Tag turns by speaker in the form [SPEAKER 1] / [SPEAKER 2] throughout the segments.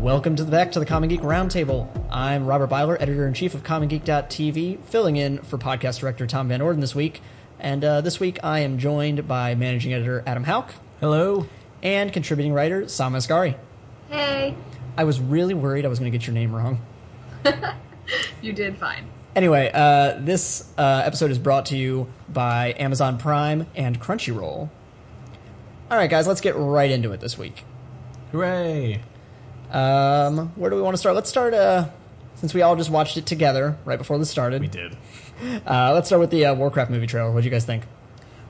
[SPEAKER 1] Welcome to the back to the Common Geek Roundtable. I'm Robert Byler, editor in chief of CommonGeek.tv, filling in for podcast director Tom Van Orden this week. And uh, this week I am joined by managing editor Adam Hauk
[SPEAKER 2] Hello.
[SPEAKER 1] and contributing writer Sam Asghari.
[SPEAKER 3] Hey,
[SPEAKER 1] I was really worried I was going to get your name wrong.
[SPEAKER 3] you did fine.
[SPEAKER 1] Anyway, uh, this uh, episode is brought to you by Amazon Prime and Crunchyroll. All right, guys, let's get right into it this week.
[SPEAKER 2] Hooray.
[SPEAKER 1] Um, where do we want to start? Let's start uh, since we all just watched it together right before this started.
[SPEAKER 2] We did.
[SPEAKER 1] Uh, let's start with the uh, Warcraft movie trailer. What do you guys think?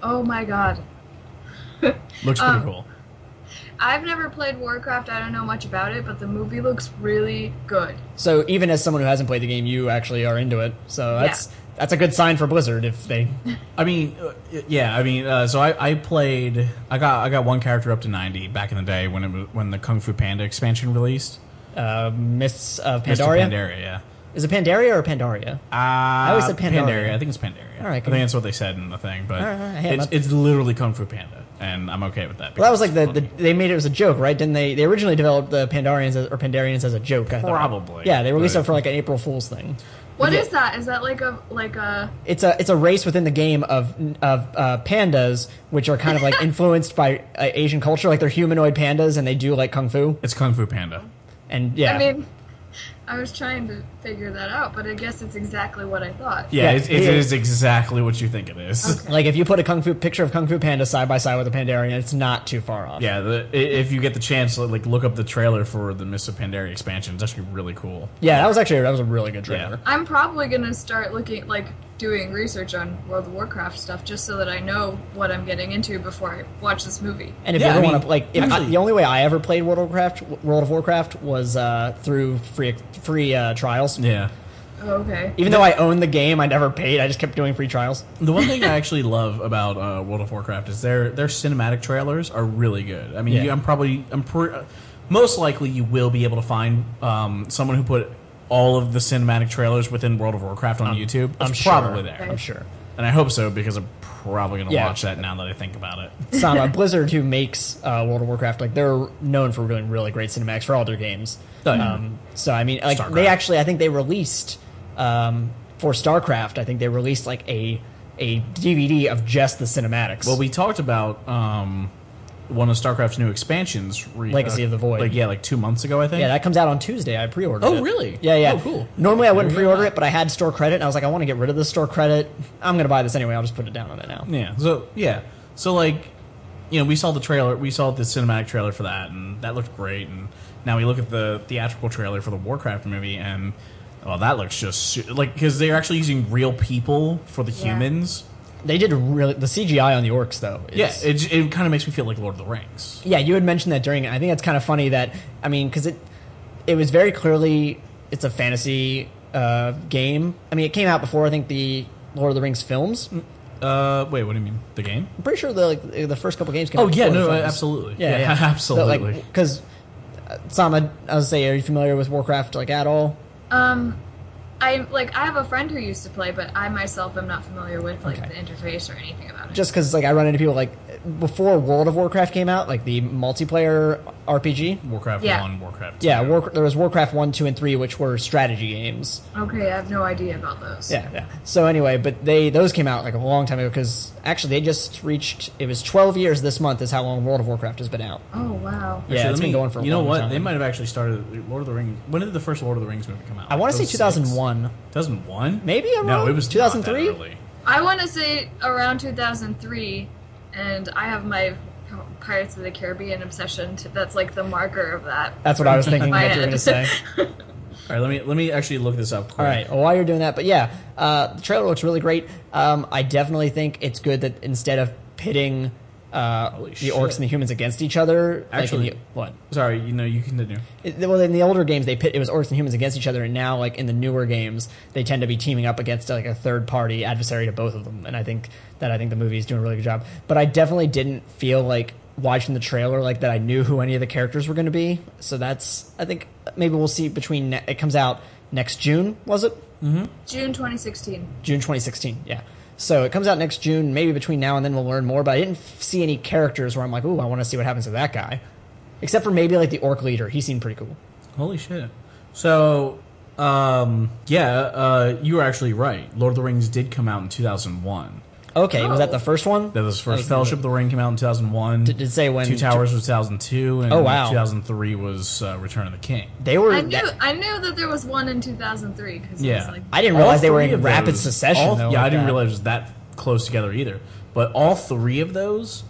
[SPEAKER 3] Oh my god.
[SPEAKER 2] Looks pretty cool.
[SPEAKER 3] I've never played Warcraft, I don't know much about it, but the movie looks really good.
[SPEAKER 1] So even as someone who hasn't played the game, you actually are into it. So that's that's a good sign for Blizzard if they.
[SPEAKER 2] I mean, uh, yeah. I mean, uh, so I, I played. I got I got one character up to ninety back in the day when it was, when the Kung Fu Panda expansion released.
[SPEAKER 1] Uh, Mists of
[SPEAKER 2] Mr.
[SPEAKER 1] Pandaria.
[SPEAKER 2] Pandaria, yeah.
[SPEAKER 1] Is it Pandaria or Pandaria?
[SPEAKER 2] Uh, I
[SPEAKER 1] always said Pandaria.
[SPEAKER 2] I think it's Pandaria.
[SPEAKER 1] All right,
[SPEAKER 2] I
[SPEAKER 1] good.
[SPEAKER 2] think that's what they said in the thing, but
[SPEAKER 1] All right, all right, hey,
[SPEAKER 2] it's,
[SPEAKER 1] I'm up.
[SPEAKER 2] it's literally Kung Fu Panda, and I'm okay with that.
[SPEAKER 1] Well, that was
[SPEAKER 2] because
[SPEAKER 1] like the,
[SPEAKER 2] it's
[SPEAKER 1] the
[SPEAKER 2] funny.
[SPEAKER 1] they made it as a joke, right? Didn't they? They originally developed the Pandarians as, or Pandarians as a joke. I thought.
[SPEAKER 2] Probably,
[SPEAKER 1] Yeah, they released
[SPEAKER 2] but-
[SPEAKER 1] it for like an April Fool's thing.
[SPEAKER 3] What
[SPEAKER 2] Yeah.
[SPEAKER 3] is that? Is that like a like a
[SPEAKER 1] It's a it's a race within the game of of uh, pandas, which are kind of like influenced by uh, Asian culture. Like they're humanoid pandas, and they do like kung fu.
[SPEAKER 2] it's Kung Fu Panda.
[SPEAKER 1] And yeah,
[SPEAKER 3] I mean I was trying to figure that out, but I guess it's exactly what I thought.
[SPEAKER 2] Yeah,
[SPEAKER 1] Yeah,
[SPEAKER 2] it's, it
[SPEAKER 1] it-
[SPEAKER 2] is exactly what you think it is.
[SPEAKER 1] like if you put a kung fu picture of kung fu panda side by side with a Pandarian, it's not too far off.
[SPEAKER 2] Yeah, the, i- if you get the chance, like look up the trailer for the Mr. Pandaria expansion. It's actually really cool.
[SPEAKER 1] yeah, that was actually that was a really good trailer.
[SPEAKER 3] I'm probably gonna start looking like doing research on World of Warcraft stuff just so that I know what I'm getting into before I watch this movie.
[SPEAKER 1] And if
[SPEAKER 2] Yeah,
[SPEAKER 1] you
[SPEAKER 2] I
[SPEAKER 1] ever want to
[SPEAKER 2] mean,
[SPEAKER 1] like, if I-
[SPEAKER 2] actually-
[SPEAKER 1] the only way I ever played World of Warcraft, World of Warcraft was uh, through free free uh, trials.
[SPEAKER 2] Yeah.
[SPEAKER 3] Okay.
[SPEAKER 1] Even though I owned the game, I never paid. I just kept doing free trials.
[SPEAKER 2] The one thing I actually love about uh, World of Warcraft is their their cinematic trailers are really good. I mean,
[SPEAKER 1] Yeah.
[SPEAKER 2] you, I'm probably I'm pr- most likely you will be able to find um, someone who put all of the cinematic trailers within World of Warcraft on YouTube.
[SPEAKER 1] I'm
[SPEAKER 2] It's
[SPEAKER 1] sure.
[SPEAKER 2] probably there,
[SPEAKER 1] I'm sure.
[SPEAKER 2] and I hope so because I'm probably gonna
[SPEAKER 1] Yeah.
[SPEAKER 2] watch that now that I think about it.
[SPEAKER 1] Sama Blizzard, who makes uh, World of Warcraft, like they're known for doing really great cinematics for all their games.
[SPEAKER 2] Oh, yeah.
[SPEAKER 1] Um, so I mean, like
[SPEAKER 2] StarCraft.
[SPEAKER 1] they actually, I think they released um, for StarCraft. I think they released like a a DVD of just the cinematics.
[SPEAKER 2] Well, we talked about um, one of StarCraft's new expansions, re- uh,
[SPEAKER 1] Legacy of the Void.
[SPEAKER 2] Like yeah, like two months ago, I think.
[SPEAKER 1] yeah, that comes out on Tuesday. I pre-ordered.
[SPEAKER 2] Oh,
[SPEAKER 1] it.
[SPEAKER 2] really?
[SPEAKER 1] Yeah, yeah.
[SPEAKER 2] Oh, cool.
[SPEAKER 1] Normally I wouldn't
[SPEAKER 2] Very
[SPEAKER 1] pre-order
[SPEAKER 2] nice.
[SPEAKER 1] it, but I had store credit, and I was like, I want to get rid of the store credit. I'm going to buy this anyway. I'll just put it down on it now.
[SPEAKER 2] Yeah. So yeah. So like, you know, we saw the trailer. We saw the cinematic trailer for that, and that looked great. And now we look at the theatrical trailer for the Warcraft movie, and well, that looks just su- like because they're actually using real people for the
[SPEAKER 3] Yeah.
[SPEAKER 2] humans.
[SPEAKER 1] They did really the CGI on the orcs though.
[SPEAKER 2] Yeah.
[SPEAKER 1] is-
[SPEAKER 2] It, it kind of makes me feel like Lord of the Rings.
[SPEAKER 1] Yeah, you had mentioned that during. it. I think that's kind of funny that I mean, because it it was very clearly it's a fantasy uh, game. I mean, it came out before I think the Lord of the Rings films. I'm
[SPEAKER 2] Uh, wait, what do you mean? The game?
[SPEAKER 1] pretty sure the like, the first couple games came.
[SPEAKER 2] Oh
[SPEAKER 1] out
[SPEAKER 2] yeah,
[SPEAKER 1] before
[SPEAKER 2] no,
[SPEAKER 1] the
[SPEAKER 2] uh,
[SPEAKER 1] films.
[SPEAKER 2] absolutely.
[SPEAKER 1] Yeah, yeah,
[SPEAKER 2] absolutely.
[SPEAKER 1] Because Sama, uh, I was say, are you familiar with Warcraft like at all?
[SPEAKER 3] Um, I like I have a friend who used to play, but I myself am not familiar with like
[SPEAKER 1] Okay.
[SPEAKER 3] the interface or anything about it.
[SPEAKER 1] Just because like I run into people like before World of Warcraft came out, like the multiplayer RPG.
[SPEAKER 2] Warcraft
[SPEAKER 3] Yeah.
[SPEAKER 2] One, Warcraft.
[SPEAKER 1] Yeah,
[SPEAKER 2] two.
[SPEAKER 1] War- there was Warcraft one, two, and three, which were strategy games.
[SPEAKER 3] okay, I have no idea about those.
[SPEAKER 1] Yeah, yeah. So anyway, but they those came out like a long time ago because actually they just reached it was 12 years this month is how long World of Warcraft has been out.
[SPEAKER 3] Oh wow.
[SPEAKER 1] Yeah,
[SPEAKER 2] Actually,
[SPEAKER 1] it's
[SPEAKER 2] let
[SPEAKER 1] been
[SPEAKER 2] me-
[SPEAKER 1] going for a
[SPEAKER 2] You know
[SPEAKER 1] long
[SPEAKER 2] what?
[SPEAKER 1] time.
[SPEAKER 2] They might have actually started Lord of the Rings. When did the first Lord of the Rings movie come out?
[SPEAKER 1] I want to say
[SPEAKER 2] 06?
[SPEAKER 1] 2001.
[SPEAKER 2] 2001?
[SPEAKER 1] Maybe I'm
[SPEAKER 2] no,
[SPEAKER 1] wrong.
[SPEAKER 2] it was
[SPEAKER 1] 2003?
[SPEAKER 2] 2003. early.
[SPEAKER 3] I want to say around 2003, and I have my Pirates of the Caribbean obsession. To, that's like the marker of that.
[SPEAKER 1] That's what I was thinking
[SPEAKER 3] My
[SPEAKER 1] that you were
[SPEAKER 3] head.
[SPEAKER 1] going to say.
[SPEAKER 2] All right, let me let me actually look this up. Quick. Oh,
[SPEAKER 1] All right. Well, while you're doing that, but yeah, uh, the trailer looks really great. Um, I definitely think it's good that instead of pitting uh,
[SPEAKER 2] Holy
[SPEAKER 1] the
[SPEAKER 2] shit.
[SPEAKER 1] orcs and the humans against each other,
[SPEAKER 2] Actually-
[SPEAKER 1] like in the, what?
[SPEAKER 2] Sorry, you know you continue.
[SPEAKER 1] It, well, in the older games, they pit it was orcs and humans against each other, and now like in the newer games, they tend to be teaming up against like a third party adversary to both of them. And I think that I think the movie is doing a really good job. But I definitely didn't feel like watching the trailer like that I knew who any of the characters were going to be. So that's I think maybe we'll see between ne- it comes out next June, was it?
[SPEAKER 3] June 2016.
[SPEAKER 1] June 2016. Yeah. So it comes out next June. Maybe between now and then we'll learn more. But I didn't f- see any characters where I'm like, ooh, I want to see what happens to that guy. Except for maybe like the orc leader. He seemed pretty cool.
[SPEAKER 2] Holy shit. So, um, yeah, uh, you were actually right. Lord of the Rings did come out in 2001.
[SPEAKER 1] Okay, was
[SPEAKER 3] Oh.
[SPEAKER 1] that the first one?
[SPEAKER 2] That was
[SPEAKER 1] I
[SPEAKER 2] first
[SPEAKER 1] was-
[SPEAKER 2] Fellowship of the Ring came out in 2001.
[SPEAKER 1] Did it say when-
[SPEAKER 2] Two Towers was 2002, and
[SPEAKER 1] Oh, wow.
[SPEAKER 2] 2003 was uh, Return of the King.
[SPEAKER 1] They were.
[SPEAKER 3] I knew
[SPEAKER 1] that-
[SPEAKER 3] I knew that there was one in 2003 because
[SPEAKER 2] Yeah.
[SPEAKER 3] was like,
[SPEAKER 1] I didn't
[SPEAKER 2] All
[SPEAKER 1] realize they were
[SPEAKER 2] three
[SPEAKER 1] in
[SPEAKER 2] of
[SPEAKER 1] rapid
[SPEAKER 2] those-
[SPEAKER 1] succession.
[SPEAKER 2] all-
[SPEAKER 1] though,
[SPEAKER 2] yeah,
[SPEAKER 1] like
[SPEAKER 2] I didn't
[SPEAKER 1] that.
[SPEAKER 2] realize it was that close together either. But all three of those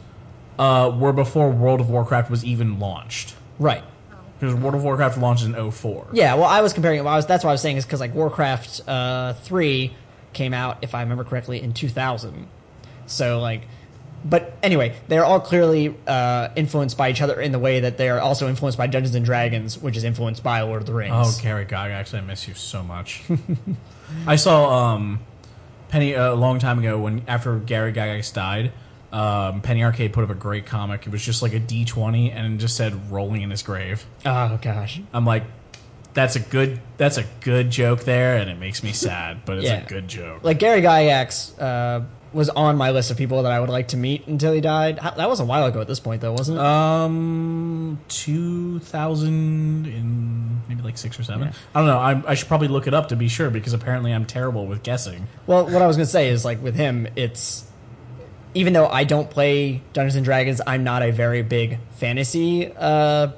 [SPEAKER 2] uh, were before World of Warcraft was even launched.
[SPEAKER 1] Right.
[SPEAKER 2] Because World of Warcraft launched in 04.
[SPEAKER 1] Yeah. Well, I was comparing. Well, I was, that's what I was saying is because like Warcraft uh, three came out, if I remember correctly, in two thousand. So like, but anyway, they're all clearly uh, influenced by each other in the way that they are also influenced by Dungeons and Dragons, which is influenced by Lord of the Rings.
[SPEAKER 2] Oh, Gary Gog, actually, I miss you so much. I saw um, Penny uh, a long time ago when after Gary Gygax died. Um, Penny Arcade put up a great comic. It was just like a D twenty, and it just said "rolling in his grave."
[SPEAKER 1] Oh gosh.
[SPEAKER 2] I'm like, that's a good that's a good joke there, and it makes me sad, but it's
[SPEAKER 1] Yeah.
[SPEAKER 2] a good joke.
[SPEAKER 1] Like Gary Gygax uh, was on my list of people that I would like to meet until he died. How- That was a while ago at this point, though, wasn't it?
[SPEAKER 2] Um, two thousand and maybe like six or seven. I don't know. I, I should probably look it up to be sure because apparently I'm terrible with guessing.
[SPEAKER 1] Well, what I was gonna say is like with him, it's even though I don't play Dungeons and Dragons, I'm not a very big fantasy. Uh,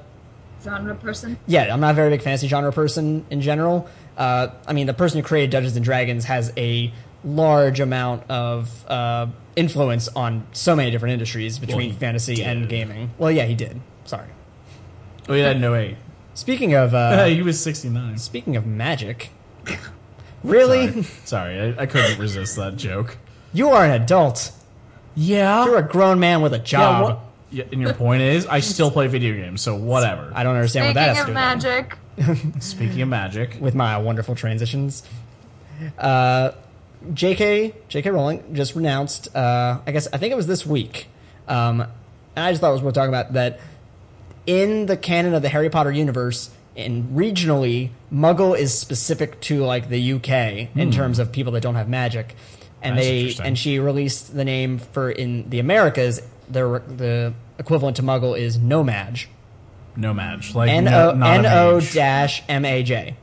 [SPEAKER 3] genre person.
[SPEAKER 1] yeah, I'm not a very big fantasy genre person in general. Uh, I mean, the person who created Dungeons and Dragons has a large amount of uh, influence on so many different industries between
[SPEAKER 2] he
[SPEAKER 1] fantasy and
[SPEAKER 2] did.
[SPEAKER 1] gaming. Well, yeah, he did. Sorry.
[SPEAKER 2] Oh yeah, no wait.
[SPEAKER 1] Speaking of uh,
[SPEAKER 2] he was sixty nine.
[SPEAKER 1] speaking of magic, really,
[SPEAKER 2] Sorry, I, I couldn't resist that joke.
[SPEAKER 1] you are an adult.
[SPEAKER 2] Yeah.
[SPEAKER 1] You're a grown man with a
[SPEAKER 2] yeah,
[SPEAKER 1] job.
[SPEAKER 2] wha- yeah, and your point is, I still play video games, so whatever.
[SPEAKER 1] I don't understand what that has
[SPEAKER 3] Speaking
[SPEAKER 1] to
[SPEAKER 3] of
[SPEAKER 1] do with it.
[SPEAKER 3] magic,
[SPEAKER 2] Speaking of magic,
[SPEAKER 1] with my wonderful transitions. Uh, J.K. J.K. Rowling just renounced. Uh, I guess I think it was this week, um, and I just thought it was worth talking about that. In the canon of the Harry Potter universe, and regionally, Muggle is specific to like the UK in terms of people that don't have magic, and
[SPEAKER 2] Hmm. That's
[SPEAKER 1] they
[SPEAKER 2] interesting.
[SPEAKER 1] and she released the name for in the Americas. The the equivalent to Muggle is Nomad.
[SPEAKER 2] no magic. Like
[SPEAKER 1] N
[SPEAKER 2] no,
[SPEAKER 1] O
[SPEAKER 2] not
[SPEAKER 1] N
[SPEAKER 2] of
[SPEAKER 1] O
[SPEAKER 2] age.
[SPEAKER 1] dash M A J.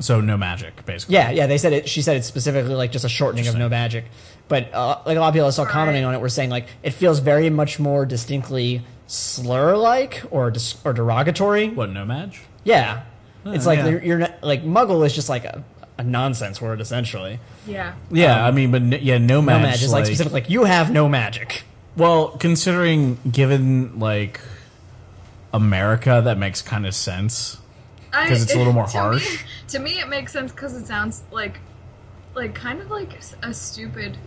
[SPEAKER 2] So no magic, basically.
[SPEAKER 1] Yeah, yeah. They said it. She said it's specifically like just a shortening of
[SPEAKER 2] Interesting.
[SPEAKER 1] no magic. But uh, like a lot of people I saw commenting on it were saying like it feels very much more distinctly slur like or dis- or derogatory.
[SPEAKER 2] What no magic?
[SPEAKER 1] Yeah, it's like
[SPEAKER 2] yeah.
[SPEAKER 1] they're- you're not, like muggle is just like a, a nonsense word essentially.
[SPEAKER 3] yeah.
[SPEAKER 2] Yeah, Um, I mean, but n- yeah, no
[SPEAKER 1] No
[SPEAKER 2] magic.
[SPEAKER 1] magic is like, specific like you have no magic.
[SPEAKER 2] Well, considering given like America, that makes kind of sense.
[SPEAKER 3] I-
[SPEAKER 2] 'Cause it's a little more
[SPEAKER 3] to me-
[SPEAKER 2] harsh.
[SPEAKER 3] to me, it makes sense because it sounds like, like kind of like s- a stupid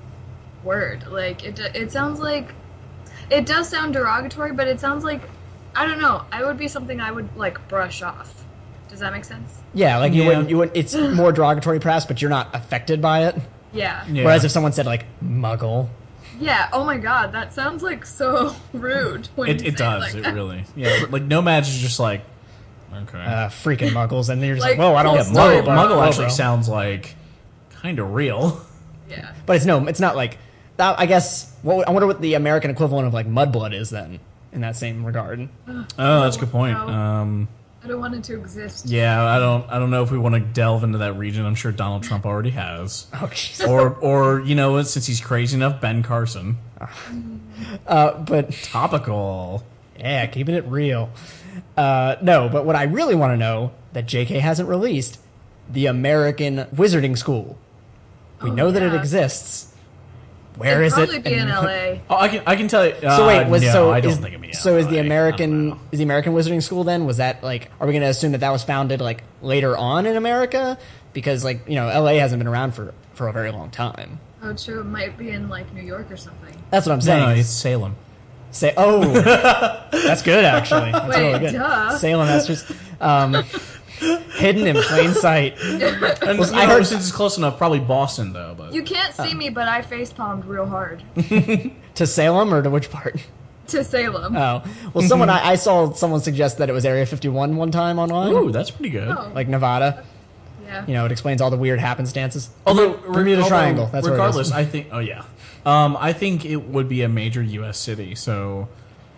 [SPEAKER 3] word. Like it, do- it sounds like, it does sound derogatory, but it sounds like, I don't know. I would be something I would like brush off. Does that make sense?
[SPEAKER 1] Yeah, like you
[SPEAKER 2] Yeah.
[SPEAKER 1] wouldn't you would It's more derogatory perhaps, but you're not affected by it.
[SPEAKER 3] Yeah.
[SPEAKER 2] Yeah.
[SPEAKER 1] Whereas if someone said like muggle,
[SPEAKER 3] Yeah, Oh my god, that sounds like so rude. When
[SPEAKER 2] It,
[SPEAKER 3] you
[SPEAKER 2] it
[SPEAKER 3] say
[SPEAKER 2] does.
[SPEAKER 3] Like
[SPEAKER 2] it
[SPEAKER 3] that.
[SPEAKER 2] really. Yeah, but, like no magic is just like okay.
[SPEAKER 1] uh, freaking muggles, and then you're just like,
[SPEAKER 3] Like,
[SPEAKER 1] whoa, I don't.
[SPEAKER 2] yeah,
[SPEAKER 3] Yeah,
[SPEAKER 1] know
[SPEAKER 2] muggle,
[SPEAKER 3] sorry,
[SPEAKER 1] about-
[SPEAKER 2] muggle
[SPEAKER 1] bro."
[SPEAKER 2] actually sounds like kind of real.
[SPEAKER 3] Yeah.
[SPEAKER 1] But it's no, it's not like that. I guess. What, I wonder what the American equivalent of like mudblood is then in that same regard.
[SPEAKER 2] Oh, that's a good point.
[SPEAKER 3] No.
[SPEAKER 2] Um,
[SPEAKER 3] I don't want it to exist.
[SPEAKER 2] yeah, I don't. I don't know if we want to delve into that region. I'm sure Donald Trump already has.
[SPEAKER 1] Oh, jeez.
[SPEAKER 2] Or, or you know, what, since he's crazy enough, Ben Carson.
[SPEAKER 1] Uh, but
[SPEAKER 2] Topical.
[SPEAKER 1] yeah, keeping it real. Uh, no, but what I really want to know that J.K. hasn't released the American Wizarding School. We know that it
[SPEAKER 3] Oh, yeah.
[SPEAKER 1] exists.
[SPEAKER 3] It'd
[SPEAKER 1] Where is
[SPEAKER 3] probably
[SPEAKER 1] it?
[SPEAKER 3] be in
[SPEAKER 1] And-
[SPEAKER 3] LA.
[SPEAKER 2] Oh, I can. I can tell you.
[SPEAKER 1] So wait, was
[SPEAKER 2] Uh, no,
[SPEAKER 1] so
[SPEAKER 2] I don't
[SPEAKER 1] is,
[SPEAKER 2] think it'd be
[SPEAKER 1] so is the
[SPEAKER 2] LA. I don't
[SPEAKER 1] American
[SPEAKER 2] know.
[SPEAKER 1] is the American Wizarding School then was that like are we going to assume that that was founded like later on in America because like you know LA hasn't been around for for a very long time.
[SPEAKER 3] Oh, true. It might be in like New York or something.
[SPEAKER 1] That's what I'm
[SPEAKER 2] No,
[SPEAKER 1] saying.
[SPEAKER 2] no, it's Salem.
[SPEAKER 1] Say oh, that's good actually. That's
[SPEAKER 3] Wait,
[SPEAKER 1] really good.
[SPEAKER 3] duh.
[SPEAKER 1] Salem, that's just um, hidden in plain sight.
[SPEAKER 2] And, you
[SPEAKER 1] I
[SPEAKER 2] know,
[SPEAKER 1] heard-
[SPEAKER 2] since it's close enough, probably Boston though. But
[SPEAKER 3] You can't see me, but I face palmed real hard
[SPEAKER 1] To Salem or to which part?
[SPEAKER 3] to Salem.
[SPEAKER 1] Oh, well, someone
[SPEAKER 2] Mm-hmm.
[SPEAKER 1] I, I saw someone suggest that it was Area 51 one time online,
[SPEAKER 2] ooh, that's pretty good.
[SPEAKER 3] Oh.
[SPEAKER 1] like Nevada.
[SPEAKER 3] yeah.
[SPEAKER 1] You know, it explains all the weird happenstances.
[SPEAKER 2] Although
[SPEAKER 1] Bermuda
[SPEAKER 2] although,
[SPEAKER 1] Triangle, that's where it is.
[SPEAKER 2] regardless, I think. Oh yeah, um, I think it would be a major U.S. city. So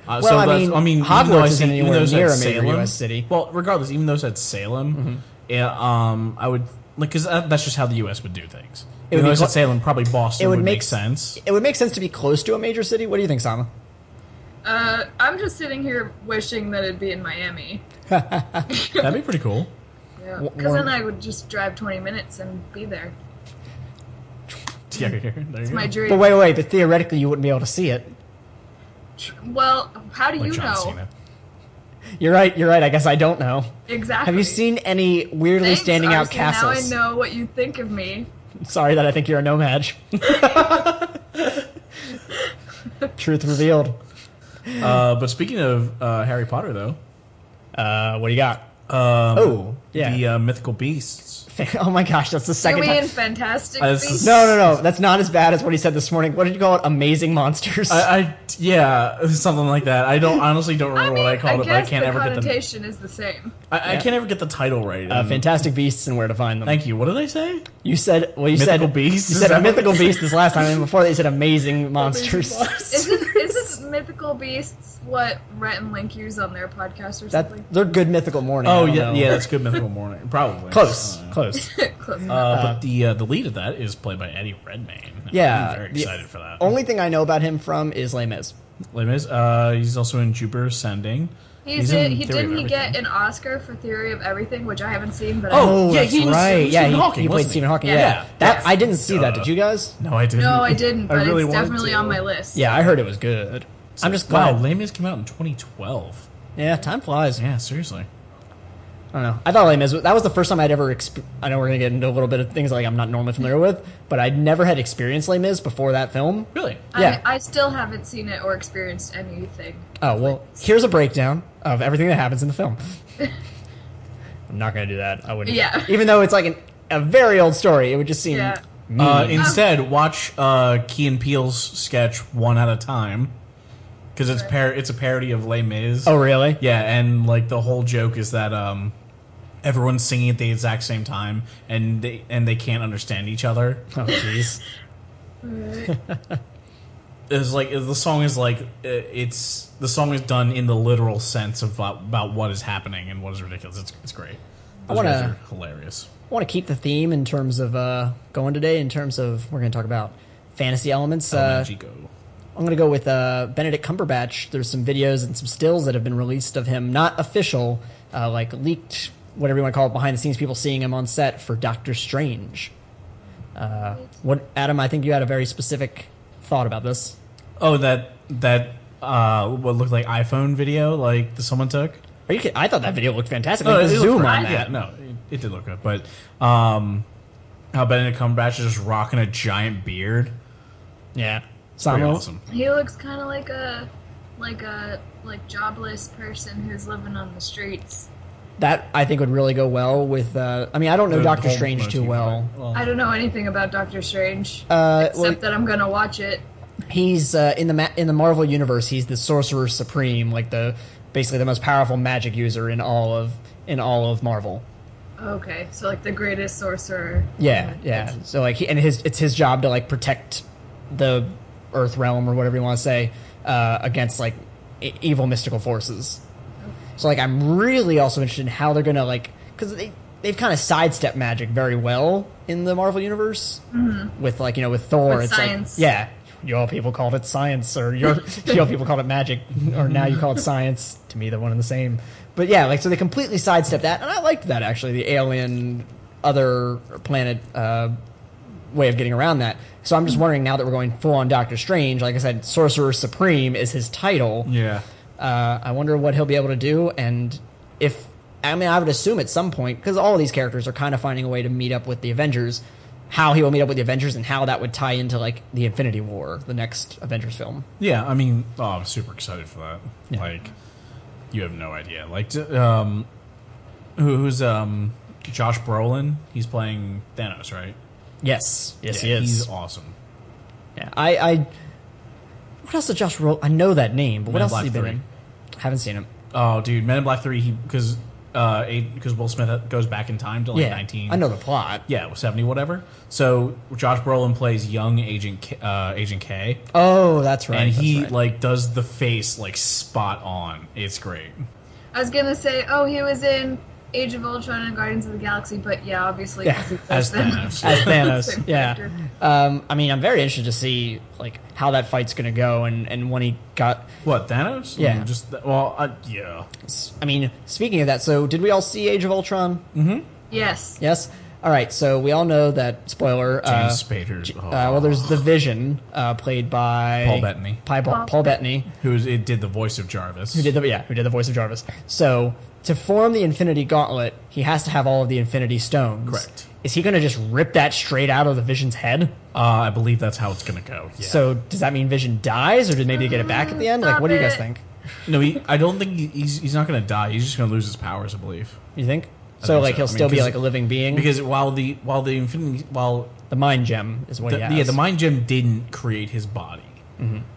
[SPEAKER 2] Uh,
[SPEAKER 1] Well, I
[SPEAKER 2] that's-
[SPEAKER 1] mean,
[SPEAKER 2] I mean, even
[SPEAKER 1] Hogwarts
[SPEAKER 2] though I
[SPEAKER 1] isn't
[SPEAKER 2] see- even
[SPEAKER 1] anywhere
[SPEAKER 2] though it's
[SPEAKER 1] near
[SPEAKER 2] at
[SPEAKER 1] a major US city. Mm-hmm.
[SPEAKER 2] Well, regardless, even though it's at Salem, yeah, um, I would like because that's just how the U.S. would do things.
[SPEAKER 1] It
[SPEAKER 2] It
[SPEAKER 1] would
[SPEAKER 2] would
[SPEAKER 1] be cl-
[SPEAKER 2] at Salem, probably Boston
[SPEAKER 1] it would
[SPEAKER 2] would, make,
[SPEAKER 1] make s-
[SPEAKER 2] sense.
[SPEAKER 1] It would make sense to be close to a major city. What do you think, Sama?
[SPEAKER 3] Uh, I'm just sitting here wishing that it'd be in Miami.
[SPEAKER 2] That'd be pretty cool.
[SPEAKER 3] Yeah.
[SPEAKER 1] W-
[SPEAKER 3] Because then
[SPEAKER 1] one-
[SPEAKER 3] I would just drive 20 minutes and be there.
[SPEAKER 2] Yeah, there you
[SPEAKER 3] It's
[SPEAKER 2] go.
[SPEAKER 3] my dream.
[SPEAKER 1] But wait, wait. But theoretically, you wouldn't be able to see it.
[SPEAKER 3] Well, how do
[SPEAKER 2] Like
[SPEAKER 3] you
[SPEAKER 2] John
[SPEAKER 3] know?
[SPEAKER 2] Cena.
[SPEAKER 1] You're right. You're right. I guess I don't know.
[SPEAKER 3] Exactly.
[SPEAKER 1] Have you seen any weirdly
[SPEAKER 3] Thanks,
[SPEAKER 1] standing out
[SPEAKER 3] Arson,
[SPEAKER 1] castles?
[SPEAKER 3] Now I know what you think of me.
[SPEAKER 1] Sorry that I think you're a nomad. Truth revealed.
[SPEAKER 2] Uh, but speaking of uh, Harry Potter, though,
[SPEAKER 1] Uh, what do you got?
[SPEAKER 2] um,
[SPEAKER 1] Oh, yeah.
[SPEAKER 2] the uh, mythical beasts.
[SPEAKER 1] oh my gosh, that's the
[SPEAKER 3] Are
[SPEAKER 1] second
[SPEAKER 3] we
[SPEAKER 1] time.
[SPEAKER 3] in Fantastic
[SPEAKER 2] Uh, this
[SPEAKER 3] Beasts?
[SPEAKER 2] is-
[SPEAKER 1] no, no, no. That's not as bad as what he said this morning. What did you call it? Amazing monsters.
[SPEAKER 2] I, I yeah, something like that. I don't honestly don't
[SPEAKER 3] I
[SPEAKER 2] remember
[SPEAKER 3] mean,
[SPEAKER 2] what
[SPEAKER 3] I,
[SPEAKER 2] I called it, but I
[SPEAKER 3] guess
[SPEAKER 2] can't
[SPEAKER 3] the
[SPEAKER 2] ever get the
[SPEAKER 3] connotation is the same.
[SPEAKER 2] I, I
[SPEAKER 1] Yeah.
[SPEAKER 2] can't ever get the title right.
[SPEAKER 1] uh,
[SPEAKER 2] and-
[SPEAKER 1] fantastic beasts and where to find them.
[SPEAKER 2] Thank you. What did I say?
[SPEAKER 1] you said, well, you
[SPEAKER 2] Mythical
[SPEAKER 1] said
[SPEAKER 2] beasts?
[SPEAKER 1] You
[SPEAKER 2] Is
[SPEAKER 1] said a
[SPEAKER 2] that what-
[SPEAKER 1] mythical beast this last time, and before that, you said amazing monsters.
[SPEAKER 3] Isn't isn't mythical beasts what Rhett and Link use on their podcast or
[SPEAKER 1] that
[SPEAKER 3] something?
[SPEAKER 1] they're good mythical morning. I
[SPEAKER 2] Oh
[SPEAKER 1] don't
[SPEAKER 2] yeah,
[SPEAKER 1] know.
[SPEAKER 2] yeah. That's good mythical morning. Probably
[SPEAKER 1] Close,
[SPEAKER 2] Uh,
[SPEAKER 1] close.
[SPEAKER 3] Close
[SPEAKER 2] Uh,
[SPEAKER 3] enough.
[SPEAKER 2] but the uh, the lead of that is played by Eddie Redmayne.
[SPEAKER 1] Yeah,
[SPEAKER 2] I'm very
[SPEAKER 1] the
[SPEAKER 2] excited for that.
[SPEAKER 1] Only thing I know about him from is Les Mis.
[SPEAKER 2] Lame is, uh, he's also in Jupiter Ascending.
[SPEAKER 3] He's in,
[SPEAKER 2] in
[SPEAKER 3] he
[SPEAKER 2] Theory of
[SPEAKER 3] didn't he get
[SPEAKER 2] Everything.
[SPEAKER 3] an Oscar for Theory of Everything, which I haven't seen, but
[SPEAKER 2] Oh,
[SPEAKER 3] I,
[SPEAKER 2] yeah, he was- he was
[SPEAKER 1] yeah,
[SPEAKER 2] Stephen Hawking,
[SPEAKER 1] he played
[SPEAKER 2] wasn't he?
[SPEAKER 1] Stephen Hawking. Yeah,
[SPEAKER 3] Yeah.
[SPEAKER 2] Yeah. Uh,
[SPEAKER 1] that I didn't see that. Did you guys?
[SPEAKER 2] No, I didn't.
[SPEAKER 3] no, I didn't. But
[SPEAKER 2] really
[SPEAKER 3] it's
[SPEAKER 2] wanted
[SPEAKER 3] definitely
[SPEAKER 2] to.
[SPEAKER 3] on my list.
[SPEAKER 1] Yeah, I heard it was good. I'm just glad.
[SPEAKER 2] wow. Lame is came out in 2012.
[SPEAKER 1] Yeah, time flies.
[SPEAKER 2] Yeah, seriously.
[SPEAKER 1] I don't know. I thought Les Mis was- that was the first time I'd ever. Exp- I know we're gonna get into a little bit of things like I'm not normally familiar with, but I'd never had experienced Les Mis before that film.
[SPEAKER 2] Really?
[SPEAKER 1] yeah.
[SPEAKER 3] I, I still haven't seen it or experienced anything.
[SPEAKER 1] Oh well, here's a breakdown of everything that happens in the film. I'm not gonna do that. I wouldn't.
[SPEAKER 3] Yeah.
[SPEAKER 1] Even though it's like an, a very old story, it would just seem.
[SPEAKER 3] Yeah.
[SPEAKER 1] Hmm.
[SPEAKER 2] Uh, instead, watch uh, Key and Peele's sketch one at a time because it's par- it's a parody of Les Mis.
[SPEAKER 1] Oh really?
[SPEAKER 2] Yeah, and like the whole joke is that um, everyone's singing at the exact same time, and they and they can't understand each other.
[SPEAKER 1] Oh jeez.
[SPEAKER 2] It's like the song is like uh, it's the song is done in the literal sense of about, about what is happening and what is ridiculous. It's it's great.
[SPEAKER 1] I
[SPEAKER 2] Those guys
[SPEAKER 1] wanna-
[SPEAKER 2] are hilarious.
[SPEAKER 1] I want to keep the theme in terms of uh, going today. In terms of we're gonna talk about fantasy elements.
[SPEAKER 2] Uh,
[SPEAKER 1] Uh, I'm gonna go with uh, Benedict Cumberbatch. There's some videos and some stills that have been released of him, not official, uh, like leaked, whatever you want to call it, behind the scenes. People seeing him on set for Doctor Strange. Uh, what, Adam? I think you had a very specific thought about this.
[SPEAKER 2] oh, that that uh, what looked like iPhone video like that someone took.
[SPEAKER 1] Are you? Kidding? I thought that video looked fantastic.
[SPEAKER 2] No,
[SPEAKER 1] Like,
[SPEAKER 2] Oh, it
[SPEAKER 1] the
[SPEAKER 2] looked
[SPEAKER 1] zoom
[SPEAKER 2] great.
[SPEAKER 1] on
[SPEAKER 2] Yeah,
[SPEAKER 1] that.
[SPEAKER 2] no, it, it did look good, but um, how Benedict Cumberbatch is just rocking a giant beard.
[SPEAKER 1] Yeah,
[SPEAKER 2] Pretty
[SPEAKER 1] Samo,
[SPEAKER 2] awesome.
[SPEAKER 3] He looks kind of like a like a like jobless person who's living on the streets.
[SPEAKER 1] That I think would really go well with. Uh, I mean, I don't know
[SPEAKER 2] The
[SPEAKER 1] Doctor
[SPEAKER 2] whole
[SPEAKER 1] Strange too
[SPEAKER 2] motif,
[SPEAKER 1] well.
[SPEAKER 2] right?
[SPEAKER 3] I don't know anything about Doctor Strange
[SPEAKER 1] Uh,
[SPEAKER 3] except
[SPEAKER 1] well,
[SPEAKER 3] that I'm gonna watch it.
[SPEAKER 1] he's uh, in the ma- in the Marvel universe. He's the Sorcerer Supreme, like the basically the most powerful magic user in all of in all of Marvel.
[SPEAKER 3] Okay, so like the greatest sorcerer.
[SPEAKER 1] Yeah, yeah. So like, he, and his it's his job to like protect the Earth realm or whatever you want to say uh, against like e- evil mystical forces. So like, I'm really also interested in how they're gonna like because they they've kind of sidestepped magic very well in the Marvel universe with like you know with Thor,
[SPEAKER 3] With
[SPEAKER 1] it's
[SPEAKER 3] science.
[SPEAKER 1] like yeah, you all people called it science or your you all people called it magic or now you call it science. To me, they're one and the same. But yeah, like so they completely sidestepped that, and I liked that actually the alien other planet uh, way of getting around that. So I'm just wondering now that we're going full on Doctor Strange, like I said, Sorcerer Supreme is his title.
[SPEAKER 2] Yeah.
[SPEAKER 1] Uh, I wonder what he'll be able to do, and if I mean, I would assume at some point because all of these characters are kind of finding a way to meet up with the Avengers. How he will meet up with the Avengers and how that would tie into like the Infinity War, the next Avengers film.
[SPEAKER 2] Yeah, I mean, oh, I'm super excited for that.
[SPEAKER 1] Yeah.
[SPEAKER 2] Like, you have no idea. Like, d- um, who- who's um, Josh Brolin? He's playing Thanos, right?
[SPEAKER 1] Yes, yes,
[SPEAKER 2] Yeah,
[SPEAKER 1] he is.
[SPEAKER 2] He's awesome.
[SPEAKER 1] yeah, I, I. What else did Josh Roll? I know that name, but what
[SPEAKER 2] Men in
[SPEAKER 1] else has he
[SPEAKER 2] Black
[SPEAKER 1] been
[SPEAKER 2] 3.
[SPEAKER 1] in? Haven't seen him.
[SPEAKER 2] Oh, dude, Men in Black Three. He because uh, because Will Smith goes back in time to like
[SPEAKER 1] yeah,
[SPEAKER 2] 19.
[SPEAKER 1] I know the plot.
[SPEAKER 2] Yeah, 70 whatever. So Josh Brolin plays young Agent K, uh, Agent K
[SPEAKER 1] Oh, that's right.
[SPEAKER 2] and
[SPEAKER 1] that's
[SPEAKER 2] he
[SPEAKER 1] right.
[SPEAKER 2] like does the face like spot on. It's great.
[SPEAKER 3] I was gonna say, oh, he was in Age of Ultron and Guardians of the Galaxy, but yeah, obviously,
[SPEAKER 1] Yeah,
[SPEAKER 3] 'cause he
[SPEAKER 2] as
[SPEAKER 3] does
[SPEAKER 2] Thanos.
[SPEAKER 1] as
[SPEAKER 3] Same
[SPEAKER 1] Thanos. yeah.
[SPEAKER 3] character.
[SPEAKER 1] Um, I mean, I'm very interested to see like how that fight's gonna go, and and when he got.
[SPEAKER 2] What Thanos?
[SPEAKER 1] Yeah.
[SPEAKER 2] Mm, just th- well, uh, yeah.
[SPEAKER 1] I mean, speaking of that, so did we all see Age of Ultron?
[SPEAKER 3] Yes.
[SPEAKER 1] Yes. All right. So we all know that spoiler. uh,
[SPEAKER 2] James Oh. Spader's
[SPEAKER 1] Uh, well, there's the Vision, uh, played by
[SPEAKER 2] Paul Bettany.
[SPEAKER 1] Pi- Paul, Paul Bettany,
[SPEAKER 2] who's it did the voice of Jarvis.
[SPEAKER 1] who did the yeah, who did the voice of Jarvis. So to form the Infinity Gauntlet, he has to have all of the Infinity Stones.
[SPEAKER 2] Correct.
[SPEAKER 1] Is he going to just rip that straight out of the Vision's head?
[SPEAKER 2] Uh, I believe that's how it's gonna go. Yeah.
[SPEAKER 1] So does that mean Vision dies, or did maybe he get it back at the end? Like,
[SPEAKER 3] Stop
[SPEAKER 1] what do you guys
[SPEAKER 3] it.
[SPEAKER 1] think?
[SPEAKER 2] no, he, I don't think he, he's he's not gonna die. He's just gonna lose his powers. I believe
[SPEAKER 1] You think?
[SPEAKER 2] I
[SPEAKER 1] So
[SPEAKER 2] think
[SPEAKER 1] like
[SPEAKER 2] so.
[SPEAKER 1] he'll
[SPEAKER 2] I mean,
[SPEAKER 1] still be
[SPEAKER 2] 'cause-
[SPEAKER 1] like a living being
[SPEAKER 2] because while the while the infinity while
[SPEAKER 1] the Mind Gem is what
[SPEAKER 2] the,
[SPEAKER 1] he
[SPEAKER 2] yeah,
[SPEAKER 1] has.
[SPEAKER 2] the mind gem didn't create his body.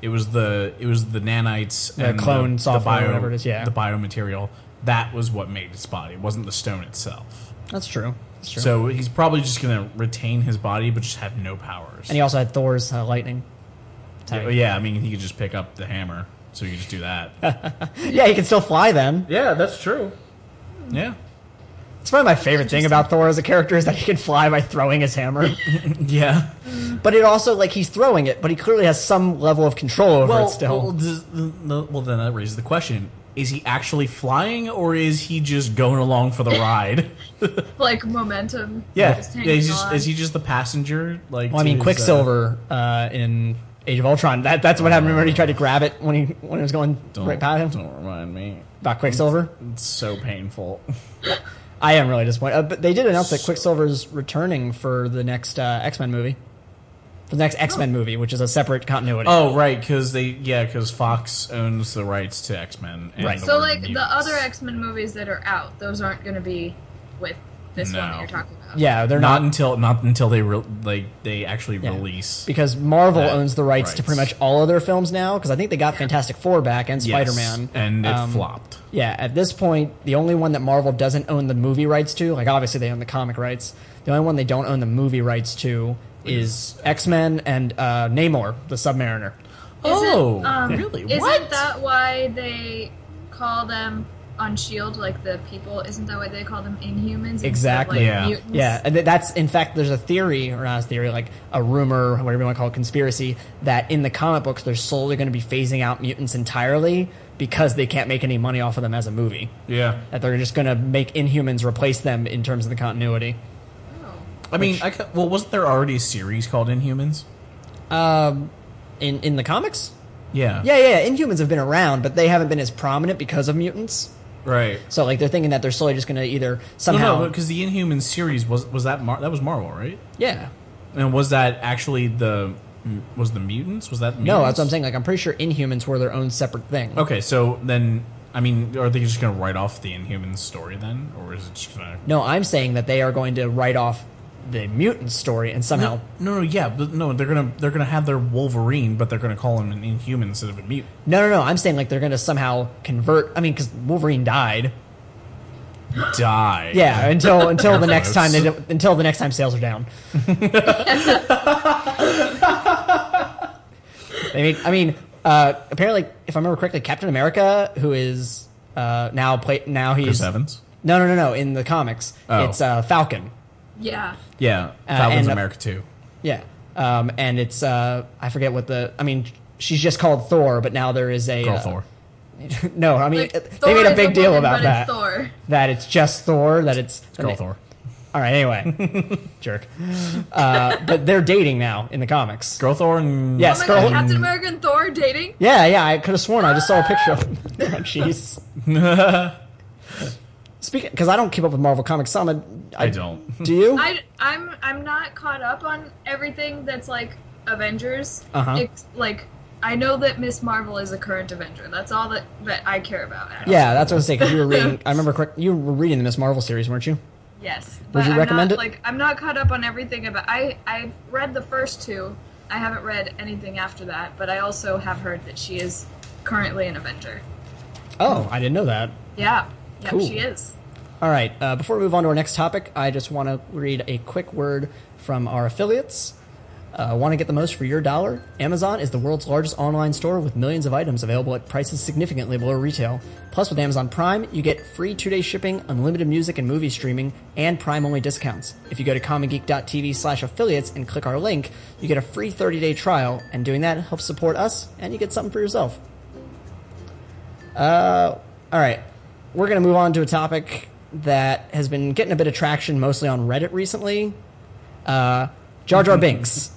[SPEAKER 2] It was the it was the nanites
[SPEAKER 1] Mm-hmm. The clone software or
[SPEAKER 2] bio-
[SPEAKER 1] whatever it is, yeah.
[SPEAKER 2] the biomaterial that was what made its body. It wasn't the stone itself.
[SPEAKER 1] That's true. That's true.
[SPEAKER 2] So he's probably just gonna retain his body, but just have no powers.
[SPEAKER 1] and he also had Thor's uh, lightning.
[SPEAKER 2] yeah, well, yeah, I mean he could just pick up the hammer, so you could just do that.
[SPEAKER 1] Yeah, he can still fly then.
[SPEAKER 2] yeah, that's true. Yeah,
[SPEAKER 1] It's probably my favorite thing about Thor as a character is that he can fly by throwing his hammer.
[SPEAKER 2] yeah.
[SPEAKER 1] but it also like he's throwing it, but he clearly has some level of control over
[SPEAKER 2] Well,
[SPEAKER 1] it still.
[SPEAKER 2] well, does- the- the- well, then that raises the question: Is he actually flying, or is he just going along for the ride?
[SPEAKER 3] Like momentum.
[SPEAKER 2] Yeah,
[SPEAKER 3] Just
[SPEAKER 2] yeah
[SPEAKER 3] hanging
[SPEAKER 2] he's just,
[SPEAKER 3] on.
[SPEAKER 2] is he just the passenger? Like,
[SPEAKER 1] Well, I
[SPEAKER 2] to
[SPEAKER 1] mean,
[SPEAKER 2] his,
[SPEAKER 1] Quicksilver uh, in Age of Ultron. That that's what happened. Remember, he tried to grab it when he when it was going
[SPEAKER 2] uh,
[SPEAKER 1] right past him.
[SPEAKER 2] Don't remind me.
[SPEAKER 1] About Quicksilver,
[SPEAKER 2] It's so painful.
[SPEAKER 1] I am really disappointed. Uh, but they did announce that Quicksilver's returning for the next uh, X Men movie, for the next X Men movie, which is a separate continuity.
[SPEAKER 2] oh, right, because they yeah, because Fox owns the rights to X Men.
[SPEAKER 1] Right.
[SPEAKER 3] So, like, the other X Men movies that are out, those aren't going to be with this one
[SPEAKER 2] No.
[SPEAKER 3] that you're talking about.
[SPEAKER 1] yeah, they're not,
[SPEAKER 2] Not until not until they re- like they actually
[SPEAKER 1] Yeah.
[SPEAKER 2] release.
[SPEAKER 1] because Marvel
[SPEAKER 2] that
[SPEAKER 1] owns the rights, to
[SPEAKER 2] rights.
[SPEAKER 1] pretty much all of their films now. Because I think they got Fantastic Four back and
[SPEAKER 2] Yes,
[SPEAKER 1] Spider Man,
[SPEAKER 2] and it
[SPEAKER 1] um,
[SPEAKER 2] flopped.
[SPEAKER 1] Yeah, at this point, the only one that Marvel doesn't own the movie rights to, like obviously they own the comic rights, the only one they don't own the movie rights to is X Men and uh, Namor, the Submariner.
[SPEAKER 2] oh,
[SPEAKER 3] Isn't, um,
[SPEAKER 2] really?
[SPEAKER 3] Isn't
[SPEAKER 2] What?
[SPEAKER 3] that why they call them on Shield? E Like the people, isn't that why they call them Inhumans? instead of,
[SPEAKER 1] Exactly.
[SPEAKER 3] like,
[SPEAKER 2] Yeah.
[SPEAKER 3] mutants?
[SPEAKER 1] Yeah, and th- that's in fact there's a theory or not a theory like a rumor, whatever you want to call it, conspiracy that in the comic books they're slowly going to be phasing out mutants entirely because they can't make any money off of them as a movie.
[SPEAKER 2] yeah.
[SPEAKER 1] That they're just going to make Inhumans replace them in terms of the continuity.
[SPEAKER 3] Oh.
[SPEAKER 2] I mean, I, ca- well, wasn't there already a series called Inhumans?
[SPEAKER 1] In in the comics,
[SPEAKER 2] Yeah.
[SPEAKER 1] Yeah, yeah, yeah. Inhumans have been around, but they haven't been as prominent because of mutants.
[SPEAKER 2] Right.
[SPEAKER 1] So like they're thinking that they're slowly just going to either
[SPEAKER 2] No,
[SPEAKER 1] somehow.
[SPEAKER 2] no, because the Inhumans series was was that Mar- that was Marvel, right?
[SPEAKER 1] yeah.
[SPEAKER 2] And was that actually the was the mutants? Was that mutants?
[SPEAKER 1] No, that's what I'm saying. Like I'm pretty sure Inhumans were their own separate thing.
[SPEAKER 2] Okay, so then I mean, are they just going to write off the Inhumans story then, or is it just going to?
[SPEAKER 1] No, I'm saying that they are going to write off the mutant story and somehow.
[SPEAKER 2] No, no, no, yeah, but no, they're gonna they're gonna have their Wolverine, but they're gonna call him an Inhuman instead of a mutant.
[SPEAKER 1] No, no, no. I'm saying like they're going to somehow convert. I mean, because Wolverine died.
[SPEAKER 2] Die.
[SPEAKER 1] Yeah, until until the next time
[SPEAKER 2] Close.
[SPEAKER 1] they do- until the next time sales are down. I mean, I mean, uh, apparently, if I remember correctly, Captain America, who is uh, now play now he's
[SPEAKER 2] Chris Evans.
[SPEAKER 1] no no no no in the comics
[SPEAKER 2] Oh.
[SPEAKER 1] it's uh, Falcon
[SPEAKER 3] Yeah.
[SPEAKER 2] Yeah, Falcon's
[SPEAKER 1] uh, and-
[SPEAKER 2] America too.
[SPEAKER 1] yeah um, and it's uh, I forget what the I mean she's just called Thor but now there is a
[SPEAKER 2] Girl
[SPEAKER 1] uh,
[SPEAKER 2] Thor.
[SPEAKER 1] no I mean
[SPEAKER 3] Like,
[SPEAKER 1] it-
[SPEAKER 3] Thor
[SPEAKER 1] they made a
[SPEAKER 3] is
[SPEAKER 1] big deal
[SPEAKER 3] woman,
[SPEAKER 1] about
[SPEAKER 3] but
[SPEAKER 1] that
[SPEAKER 3] It's Thor.
[SPEAKER 1] that it's just Thor that it's
[SPEAKER 2] Girl Thor.
[SPEAKER 1] All right, anyway, jerk. Uh, but they're dating now in the comics.
[SPEAKER 2] Girl Thor. And
[SPEAKER 1] Yes.
[SPEAKER 3] Oh my
[SPEAKER 1] Girl-
[SPEAKER 3] god, Captain America and Thor dating?
[SPEAKER 1] Yeah, yeah. I could have sworn I just saw a picture. of them. Oh, Jeez. Speaking, because I don't keep up with Marvel comics. Some I,
[SPEAKER 2] I don't.
[SPEAKER 1] Do you?
[SPEAKER 3] I, I'm I'm not caught up on everything that's like Avengers.
[SPEAKER 1] Uh-huh.
[SPEAKER 3] It's, like I know that Miss Marvel is a current Avenger. That's all that that I care about. actually.
[SPEAKER 1] yeah, that's what I was saying. Because you were reading. I remember correct. You were reading the Miss Marvel series, weren't you?
[SPEAKER 3] Yes. But
[SPEAKER 1] you
[SPEAKER 3] I'm
[SPEAKER 1] recommend
[SPEAKER 3] not,
[SPEAKER 1] it?
[SPEAKER 3] Like I'm not caught up on everything about. I I've read the first two. I haven't read anything after that. But I also have heard that she is currently an Avenger.
[SPEAKER 1] Oh, I didn't know that.
[SPEAKER 3] Yeah. Yeah,
[SPEAKER 1] Cool.
[SPEAKER 3] she is.
[SPEAKER 1] All right. Uh, before we move on to our next topic, I just want to read a quick word from our affiliates. Uh, want to get the most for your dollar? Amazon is the world's largest online store with millions of items available at prices significantly below retail. Plus, with Amazon Prime, you get free two-day shipping, unlimited music and movie streaming, and Prime-only discounts. If you go to commongeek.tv slash affiliates and click our link, you get a free 30-day trial, and doing that helps support us, and you get something for yourself. All right. We're going to move on to a topic that has been getting a bit of traction mostly on Reddit recently. Uh, Jar Jar Binks.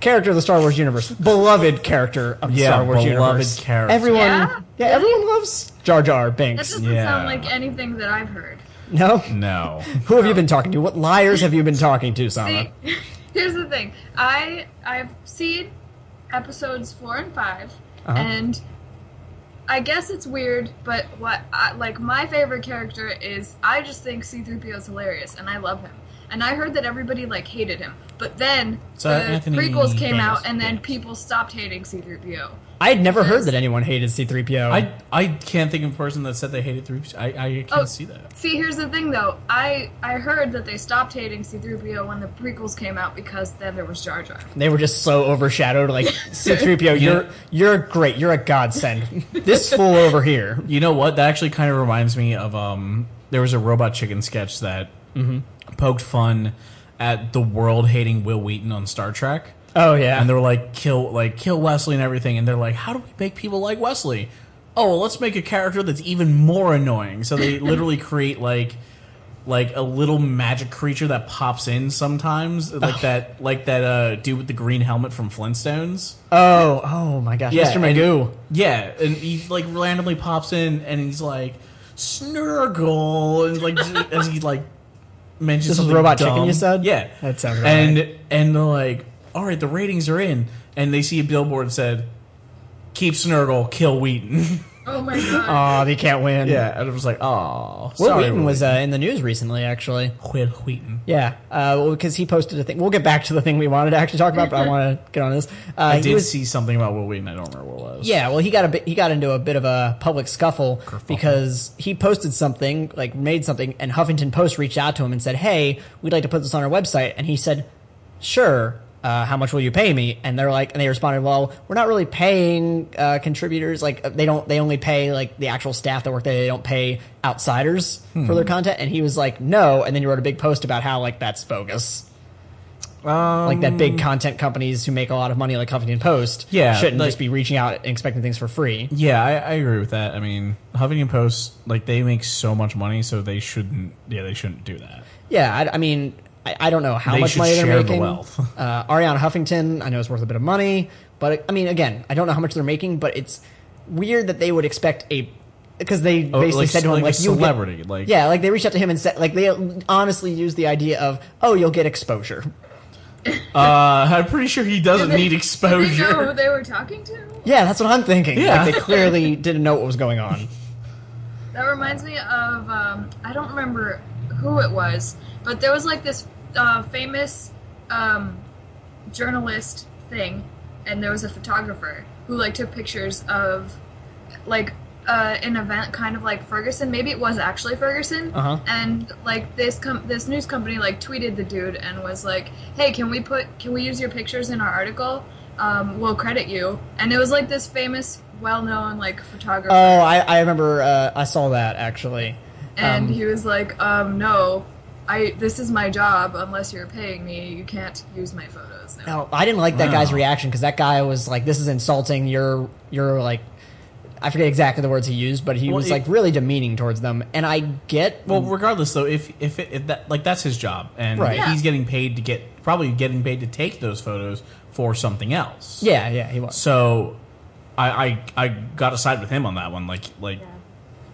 [SPEAKER 1] Character of the Star Wars universe. Beloved character of the
[SPEAKER 2] Yeah,
[SPEAKER 1] Star Wars
[SPEAKER 2] beloved
[SPEAKER 1] universe.
[SPEAKER 2] character.
[SPEAKER 1] Everyone
[SPEAKER 3] Yeah?
[SPEAKER 1] yeah? everyone loves Jar Jar
[SPEAKER 3] That
[SPEAKER 1] Binks.
[SPEAKER 3] doesn't
[SPEAKER 2] Yeah.
[SPEAKER 3] sound like anything that I've heard.
[SPEAKER 1] No?
[SPEAKER 2] No.
[SPEAKER 1] Who have you been talking to? What liars have you been talking to, Sama?
[SPEAKER 3] See, here's the thing. I I've seen episodes four and 5
[SPEAKER 1] Uh-huh.
[SPEAKER 3] and I guess it's weird, but what I, like my favorite character is I just think C-3PO is hilarious, and I love him. And I heard that everybody like hated him, but then
[SPEAKER 2] So,
[SPEAKER 3] the
[SPEAKER 2] Anthony
[SPEAKER 3] prequels came
[SPEAKER 2] Daniels-
[SPEAKER 3] out, and then
[SPEAKER 2] Daniels.
[SPEAKER 3] people stopped hating C-3PO.
[SPEAKER 1] I had never heard that anyone hated C3PO.
[SPEAKER 2] I I can't think of a person that said they hated three. I I can't
[SPEAKER 3] Oh.
[SPEAKER 2] see that.
[SPEAKER 3] See, here's the thing though. I I heard that they stopped hating C-3PO when the prequels came out because then there was Jar Jar.
[SPEAKER 1] they were just so overshadowed. Like C3PO, you're you're great. You're a godsend. this fool over here.
[SPEAKER 2] You know what? That actually kind of reminds me of um. There was a robot chicken sketch that poked fun at the world hating Will Wheaton on Star Trek.
[SPEAKER 1] Oh yeah.
[SPEAKER 2] and they were like kill like kill Wesley and everything, and they're like, how do we make people like Wesley? Oh, well, let's make a character that's even more annoying. So they literally create like like a little magic creature that pops in sometimes, like that like that uh, dude with the green helmet from Flintstones.
[SPEAKER 1] Oh, oh my gosh,
[SPEAKER 2] Yeah,
[SPEAKER 1] Mr. Magoo.
[SPEAKER 2] Yeah, and he like randomly pops in, and he's like Snurgle, and like as he like mentions
[SPEAKER 1] This is
[SPEAKER 2] something
[SPEAKER 1] Robot
[SPEAKER 2] dumb.
[SPEAKER 1] Chicken you said?
[SPEAKER 2] yeah,
[SPEAKER 1] That sounds about
[SPEAKER 2] and and they're like, all right, the ratings are in, and they see a billboard that said, "Keep Snurgle, kill Wheaton."
[SPEAKER 3] Oh my god.
[SPEAKER 1] Oh, they can't win.
[SPEAKER 2] yeah, and I was like, oh,
[SPEAKER 1] Will Wheaton was uh, in the news recently, actually.
[SPEAKER 2] Will Wheaton.
[SPEAKER 1] Yeah, because he posted a thing. We'll get back to the thing we wanted to actually talk about, but I want to get on this. Uh,
[SPEAKER 2] I
[SPEAKER 1] he
[SPEAKER 2] did
[SPEAKER 1] was-
[SPEAKER 2] see something about Will Wheaton. I don't remember what it was.
[SPEAKER 1] Yeah, well, he got a bit, he got into a bit of a public scuffle because he posted something, like made something, and Huffington Post reached out to him and said, "Hey, we'd like to put this on our website," and he said, "Sure." Uh, how much will you pay me? And they're like, and they responded, "Well, we're not really paying uh, contributors. Like uh, they don't, they only pay like the actual staff that work there. They don't pay outsiders for
[SPEAKER 2] Hmm.
[SPEAKER 1] their content." And he was like, "No." And then he wrote a big post about how like that's bogus like
[SPEAKER 2] Um,
[SPEAKER 1] that big content companies who make a lot of money like Huffington Post
[SPEAKER 2] Yeah,
[SPEAKER 1] shouldn't
[SPEAKER 2] like-
[SPEAKER 1] just be reaching out and expecting things for free.
[SPEAKER 2] Yeah, I, I agree with that. I mean, Huffington Post, like they make so much money, so they shouldn't. Yeah, they shouldn't do that.
[SPEAKER 1] Yeah, I, I mean, I, I don't know how
[SPEAKER 2] They
[SPEAKER 1] much
[SPEAKER 2] should
[SPEAKER 1] money they're
[SPEAKER 2] share the
[SPEAKER 1] making.
[SPEAKER 2] wealth.
[SPEAKER 1] uh, Ariana Huffington, I know is worth a bit of money, but I mean, again, I don't know how much they're making, but it's weird that they would expect a because they basically
[SPEAKER 2] Oh, like-
[SPEAKER 1] said to him
[SPEAKER 2] like a
[SPEAKER 1] like, you
[SPEAKER 2] celebrity, like-
[SPEAKER 1] yeah, like they reached out to him and said like they honestly used the idea of oh you'll get exposure.
[SPEAKER 2] Uh, I'm pretty sure he doesn't
[SPEAKER 3] Did they-
[SPEAKER 2] need
[SPEAKER 3] Did they know who
[SPEAKER 2] exposure.
[SPEAKER 3] they were talking to?
[SPEAKER 1] Yeah, that's what I'm thinking.
[SPEAKER 2] Yeah.
[SPEAKER 1] like, they clearly didn't know what was going on.
[SPEAKER 3] That reminds me of um, I don't remember who it was, but there was like this uh, famous um, journalist thing, and there was a photographer who like took pictures of like uh, an event, kind of like Ferguson. Maybe it was actually Ferguson,
[SPEAKER 1] Uh-huh.
[SPEAKER 3] and like this com- this news company like tweeted the dude and was like, "Hey, can we put can we use your pictures in our article? Um, we'll credit you." And it was like this famous, well known like photographer.
[SPEAKER 1] Oh, I, I remember uh, I saw that actually.
[SPEAKER 3] and
[SPEAKER 1] Um,
[SPEAKER 3] he was like, um, "No, I this is my job. Unless you're paying me, you can't use my photos." Now.
[SPEAKER 1] No, Oh, I didn't like that guy's
[SPEAKER 2] Wow.
[SPEAKER 1] reaction because that guy was like, "This is insulting." You're, you're like, I forget exactly the words he used, but he
[SPEAKER 2] Well,
[SPEAKER 1] was
[SPEAKER 2] it-
[SPEAKER 1] like really demeaning towards them. And I get,
[SPEAKER 2] Well, regardless though, if if, it, if that like that's his job, and
[SPEAKER 1] Right.
[SPEAKER 2] he's getting paid to get probably getting paid to take those photos for something else.
[SPEAKER 1] yeah, yeah, he was.
[SPEAKER 2] So, I I, I got to side with him on that one. Like like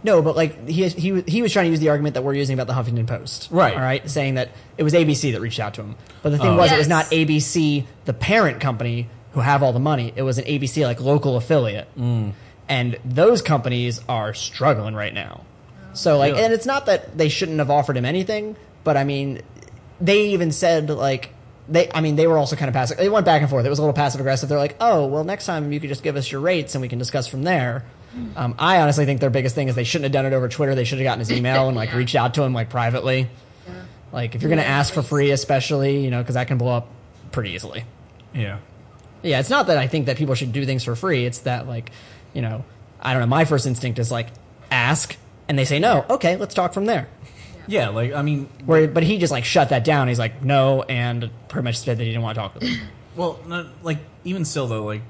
[SPEAKER 1] No, but like he he was- he was trying to use the argument that we're using about the Huffington Post,
[SPEAKER 2] Right. Oh.
[SPEAKER 1] All right, saying that it was ABC that reached out to him, but the thing was, it was
[SPEAKER 3] Yes.
[SPEAKER 1] not ABC, the parent company who have all the money. It was an ABC like local affiliate, and those companies are struggling right now. So like,
[SPEAKER 2] Really?
[SPEAKER 1] and it's not that they shouldn't have offered him anything, but I mean, they even said like. They, I mean, they were also kind of passive. They went back and forth. It was a little passive aggressive. They're like, "Oh, well, next time you could just give us your rates and we can discuss from there." Um, I honestly think their biggest thing is they shouldn't have done it over Twitter. They should have gotten his email and like
[SPEAKER 3] Yeah.
[SPEAKER 1] reached out to him like privately. Like if you're gonna ask for free, especially you know because that can blow up pretty easily.
[SPEAKER 2] Yeah.
[SPEAKER 1] Yeah, it's not that I think that people should do things for free. It's that like, you know, I don't know. My first instinct is like, ask, and they say no. Okay, let's talk from there.
[SPEAKER 2] Yeah, like I mean,
[SPEAKER 1] Where, but he just like shut that down. He's like no, and pretty much said that he didn't want to talk to them.
[SPEAKER 2] well, no, like even still though, like